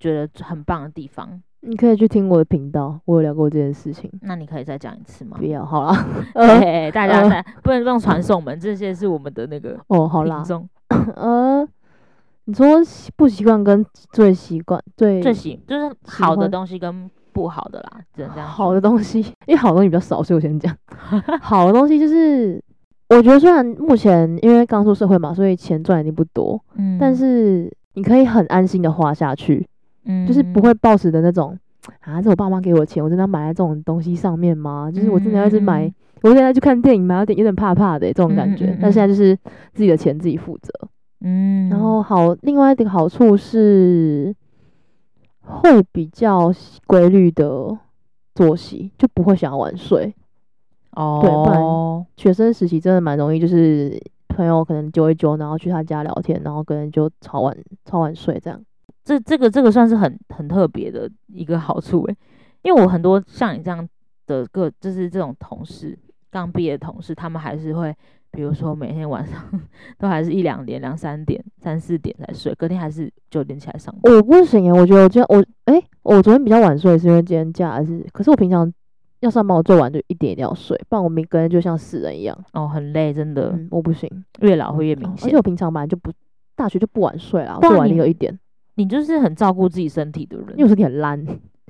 A: 觉得很棒的地方，
B: 你可以去听我的频道，我有聊过这件事情。
A: 那你可以再讲一次吗
B: 不？要好
A: *laughs*
B: 啦，
A: 嘿
B: *laughs* 呃，
A: 嘿大家
B: 呃
A: 在、不能用传送门，这些是我们的那个
B: 哦，好啦
A: 听，众
B: 呃，你说习不习惯跟最习惯最
A: 最喜就是好的
B: 欢
A: 东西跟不好的啦，只能这样说。
B: 好的东西，因为好的东西比较少，所以我
A: *laughs*
B: 先讲。好的东西就是，我觉得虽然目前因为刚出社会嘛，所以钱赚一定不多，
A: 嗯，
B: 但是你可以很安心的花下去，
A: 嗯
B: 就是不会抱持的那种啊，这我爸妈给我的钱，我真的要买在这种东西上面吗？就是我真的要一直买，
A: 嗯
B: 我现在去看电影买，有点有点怕怕的、欸这种感觉。
A: 嗯嗯嗯嗯
B: 但现在就是自己的钱自己负责，
A: 嗯，
B: 然后好，另外一个好处是会比较规律的作息，就不会想要晚睡。
A: 哦，
B: 对不然学生时期真的蛮容易，就是朋友可能揪一揪，然后去他家聊天，然后可能就超晚超晚睡这样。
A: 这这个这个算是很很特别的一个好处诶、因为我很多像你这样的个就是这种同事，刚毕业的同事，他们还是会，比如说每天晚上 *laughs* 都还是一两点、两三点、三四点才睡，隔天还是九点起来上班。
B: 我不行欸耶，我觉得我今天我诶，我昨天比较晚睡，是因为今天假日。可是我平常要上班，我最晚就一点一定要睡，不然我明个人就像死人一样。
A: 哦，很累，真的，
B: 嗯，我不行，嗯
A: 越老哦会越明
B: 而
A: 显
B: 且。我平常本来就不大学就不晚睡啊，
A: 不
B: 最
A: 然
B: 晚一
A: 你
B: 定有一点，
A: 你就是很照顾自己身体的
B: 因为
A: 人。
B: 我身体很烂，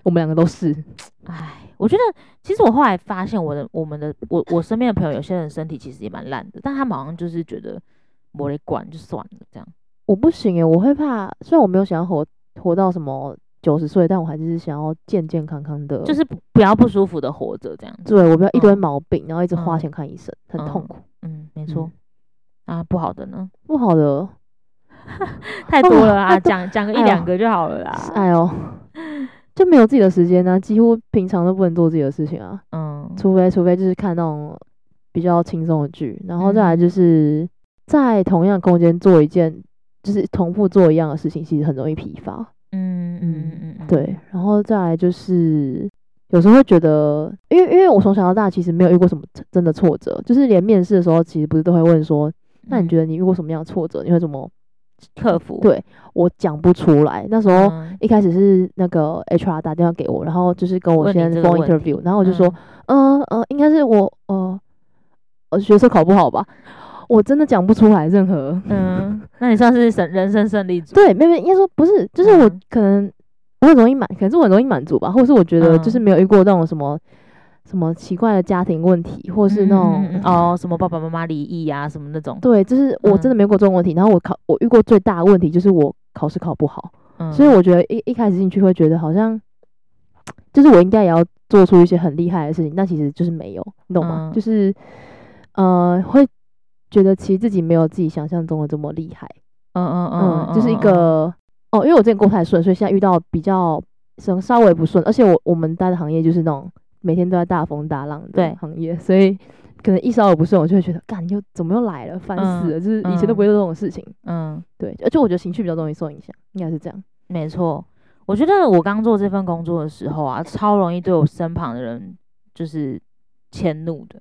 B: 我们两个都是。
A: 唉，我觉得其实我后来发现我的我们的我我身边的朋友，有些人身体其实也蛮烂的，但他们好像就是觉得我来管就算了这样。
B: 我不行诶，我会怕。虽然我没有想要活活到什么九十岁，但我还是想要健健康康的。
A: 就是不不要不舒服的活着这样子。
B: 对我不要一堆
A: 嗯
B: 毛病，然后一直花
A: 嗯
B: 钱看医生，很痛苦。
A: 嗯，没
B: 没
A: 错、啊，不好的
B: *laughs*
A: 呢
B: 不好的，
A: 太多了啊，讲讲个一
B: 哎呦
A: 两个就好了啦。
B: 哎 *laughs* 呦，就没有自己的时间呢、几乎平常都不能做自己的事情啊，
A: 嗯，
B: 除非除非就是看那种比较轻松的剧，然后再来
A: 嗯
B: 就是在同样空间做一件，就是重复做一样的事情，其实很容易疲乏。
A: 嗯嗯嗯嗯，
B: 对，然后再来就是有时候会觉得，因为因为我从小到大其实没有遇过什么真的挫折，就是连面试的时候，其实不是都会问说，那你觉
A: 得
B: 得你遇过什么样的挫折？你会怎么？
A: 嗯克服？
B: 对哦我讲不出来，那时候。
A: 嗯，
B: 一开始是那个 HR 打电话给我，然后就是跟我
A: 问你
B: 先
A: 这个
B: phone
A: 问题
B: interview，然后我就说，嗯呃，应该是我呃呃学测考不好吧，我真的讲不出来任何
A: 嗯，嗯，那你算是神人生胜利组。
B: 对，没有，应该说不是，就是我
A: 嗯
B: 可能我很容易满，可能是我很容易满足吧，或者是我觉得就是
A: 嗯
B: 没有遇过那种什么什么奇怪的家庭问题，或是那种、啊
A: 嗯嗯嗯嗯哦，什么爸爸妈妈离异啊，什么那种，
B: 对，就是我真的
A: 嗯
B: 没有过这种问题。然后我考我遇过最大的问题就是我考试考不好，
A: 嗯、
B: 所以我觉得一一开始进去会觉得好像就是我应该也要做出一些很厉害的事情，但其实就是没有，你懂吗？
A: 嗯
B: 就是呃会觉得其实自己没有自己想象中的这么厉害。
A: 嗯嗯嗯
B: 嗯，就是一个哦，因为我之前过太顺，所以现在遇到比较稍稍微不顺，而且我我们待的行业就是那种每天都在大风大浪
A: 对
B: 的行业，所以可能一稍微不顺，我就会觉得干又怎么又来了，烦死了，就是以前都不会做这种事情，
A: 嗯。嗯
B: 对，而且我觉得情绪比较容易受影响，应该是这样，
A: 没错，我觉得我刚做这份工作的时候啊，超容易对我身旁的人就是迁怒的，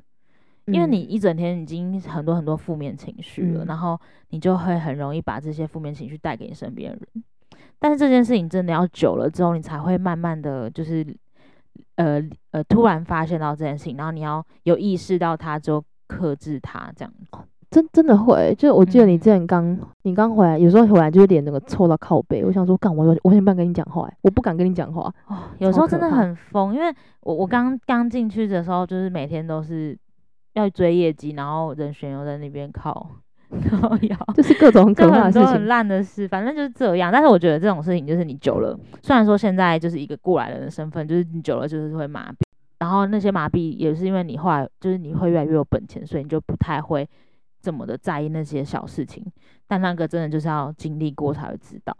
A: 因为
B: 嗯
A: 你一整天已经很多很多负面情绪了，
B: 嗯
A: 然后你就会很容易把这些负面情绪带给你身边的人。但是这件事情真的要久了之后，你才会慢慢的就是，呃呃，突然发现到这件事情，然后你要有意识到它之后克制它，这样子。
B: 真真的会，就我记得你
A: 嗯
B: 之前刚、你刚回来，有时候回来就是脸那个臭到靠背，我想说，干我有我很不敢跟你讲话、欸我不敢跟你讲话，
A: 哦，有时
B: 超
A: 候真
B: 可
A: 的
B: 怕
A: 很疯，因为我我刚刚进去的时候，就是每天都是要追业绩，然后人选又在那边靠， *laughs* 然后要
B: 就是
A: *laughs*
B: 各种很
A: 就
B: 可怕
A: 啊很
B: 的事
A: 多很
B: 情。
A: 烂的事，反正就是这样。但是我觉得这种事情就是你久了，虽然说现在就是一个过来人的身份，就是你久了就是会麻痹，然后那些麻痹也是因为你后来就是你会越来越有本钱，所以你就不太会这么的在意那些小事情。但那个真的就是要经历过才会知道，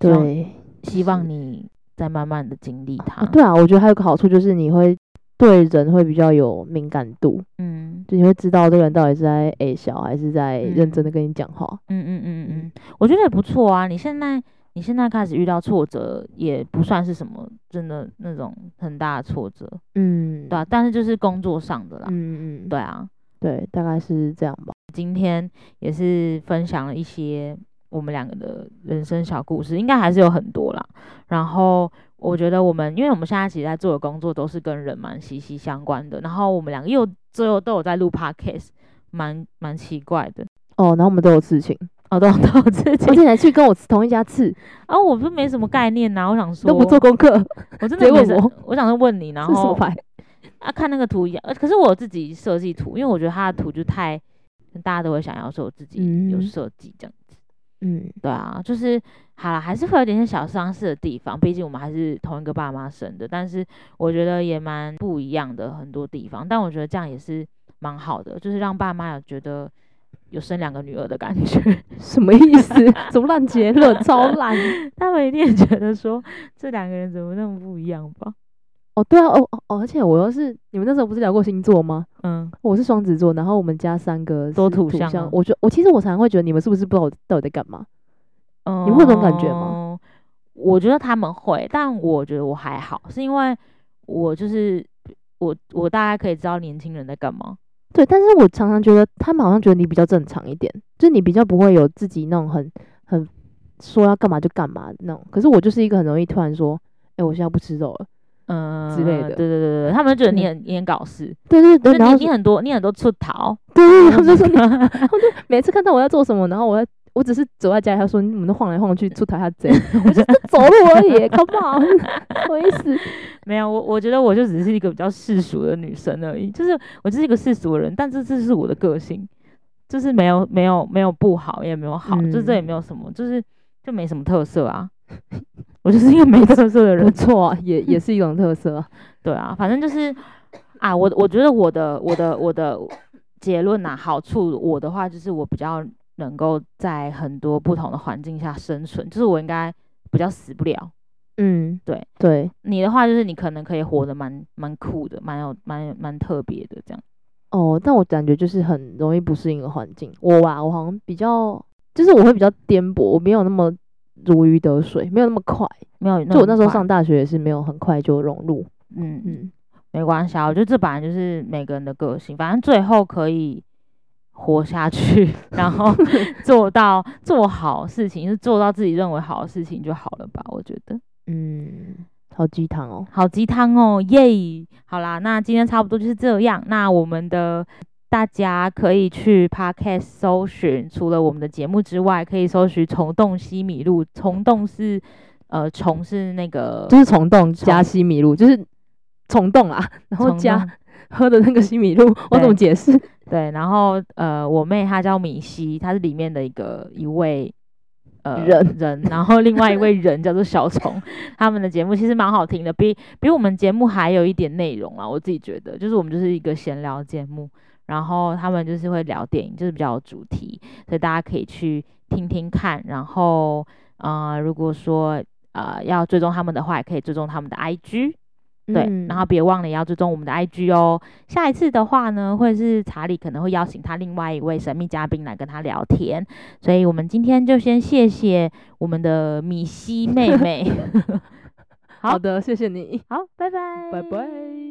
A: 希望
B: 对，
A: 希望你再慢慢的经历它。
B: 啊，对啊，我觉得还有个好处就是你会对人会比较有敏感度，
A: 嗯，
B: 就你会知道这个人到底是在诶小还是在认真
A: 嗯
B: 的跟你讲话。
A: 嗯嗯嗯嗯，嗯，我觉得也不错啊。你现在你现在开始遇到挫折，也不算是什么真的那种很大的挫折，
B: 嗯，
A: 对啊。但是就是工作上的啦，
B: 嗯嗯，
A: 对啊。
B: 对，大概是这样吧。
A: 今天也是分享了一些我们两个的人生小故事，应该还是有很多啦。然后我觉得我们，因为我们现在其实在做的工作都是跟人蛮息息相关的，然后我们两个又最后都有在录 podcast，蛮蛮奇怪的。
B: 哦，然后我们都有
A: *laughs*
B: 刺青，
A: 哦，都都有自己
B: 而且你还去跟 *laughs* 我同一家刺，
A: 啊，我不没什么概念呐、我想说
B: 都不做功课，
A: 我真
B: 直
A: 的
B: 接
A: 没
B: 问
A: 事
B: 我，
A: 我想是问你，然
B: 是什么
A: 后
B: 牌？
A: 啊看那个图一样，呃可是我有自己设计图，因为我觉得它的图就太大家都会想要，说我自己有
B: 嗯
A: 设计这样。
B: 嗯，
A: 对啊，就是好了，还是会有点些小伤势的地方，毕竟我们还是同一个爸妈生的，但是我觉得也蛮不一样的很多地方，但我觉得这样也是蛮好的，就是让爸妈有觉得有生两个女儿的感觉。
B: *laughs*
A: *laughs*
B: 什么意思？什么烂结论？超烂！
A: 他们一定也觉得说这两个人怎么那么不一样吧？
B: 哦，对啊，哦哦哦，而且我又是你们那时候不是聊过星座吗？
A: 嗯，
B: 我是双子座，然后我们家三个
A: 都
B: 是
A: 土
B: 土
A: 象啊吗
B: 我觉我其实我常常会觉得你们是不是不知道我到底在干嘛？
A: 你
B: 你会有这种感觉吗？
A: 哦我觉得他们会，但我觉得我还好，是因为我就是我我大概可以知道年轻人在干嘛。
B: 对，但是我常常觉得他们好像觉得你比较正常一点，就是你比较不会有自己那种很很说要干嘛就干嘛的那种。可是我就是一个很容易突然说，哎、我现在不吃肉了。
A: 嗯
B: 之类的
A: 对对对对，他们觉得你
B: 嗯
A: 很你很搞事，
B: 对对
A: 就
B: 对，
A: 是
B: 然后
A: 你你很多你很多出逃，
B: 对对，对他们就说你，他们就每次看到我在做什么，然后我在我只是走在家里，他说你们都晃来晃去，出台下贼，我就是走路而已，Come on，什么意思？
A: 没有我我觉得我就只是一个比较世俗的女生而已，就是我就是一个世俗的人，但这这是我的个性，就是没有没有没有不好，也没有好，就这也
B: 嗯
A: 没有什么，就是就没什么特色啊， *laughs* 我就是一个没特色的
B: 不
A: 人，
B: 错、啊，也也是一种特色、啊。
A: 对啊，反正就是啊，我我觉得我的我的我的结论呐、好处我的话就是我比较能够在很多不同的环境下生存，就是我应该比较死不了。
B: 嗯，
A: 对
B: 对，
A: 你的话就是你可能可以活得蛮蛮酷的，蛮有蛮有蛮特别的这样。
B: 哦，但我感觉就是很容易不适应的环境。我吧，我好像比较，就是我会比较颠簸，我没有那么如鱼得水，没有那么快。
A: 没有，
B: 就我那时候
A: 快
B: 上大学也是没有很快就融入。
A: 嗯嗯，
B: 嗯，
A: 没关系啊，我觉得这本来就是每个人的个性，反正最后可以活下去， *laughs* 然
B: *laughs*
A: 后做到做好事情，就是做到自己认为好的事情就好了吧，我觉得。
B: 嗯，好鸡汤哦。
A: 好鸡汤哦，耶！好啦，那今天差不多就是这样。那我们的大家可以去 Podcast 搜寻，除了我们的节目之外，可以搜寻“虫洞西米露”。虫洞是呃，虫是那个
B: 就是虫洞加西米露，就是虫洞啦，然后
A: 虫
B: 加
A: 洞
B: 喝的那个西米露，我怎么解释？
A: 对，然后呃，我妹她叫米西，她是里面的一个一位。呃，
B: 人
A: 人，然后另外一位人叫做小虫， *laughs* 他们的节目其实蛮好听的，比比我们节目还有一点内容啦，我自己觉得，就是我们就是一个闲聊节目，然后他们就是会聊电影，就是比较有主题，所以大家可以去听听看，然后呃，如果说呃要追踪他们的话，也可以追踪他们的 IG，对，
B: 嗯
A: 然后别忘了也要追踪我们的 IG 哦。下一次的话呢，会是查理可能会邀请他另外一位神秘嘉宾来跟他聊天，所以我们今天就先谢谢我们的
B: *laughs*
A: 米西妹妹。好
B: 好的，谢谢你，
A: 好，拜拜，
B: 拜拜。
A: 嗯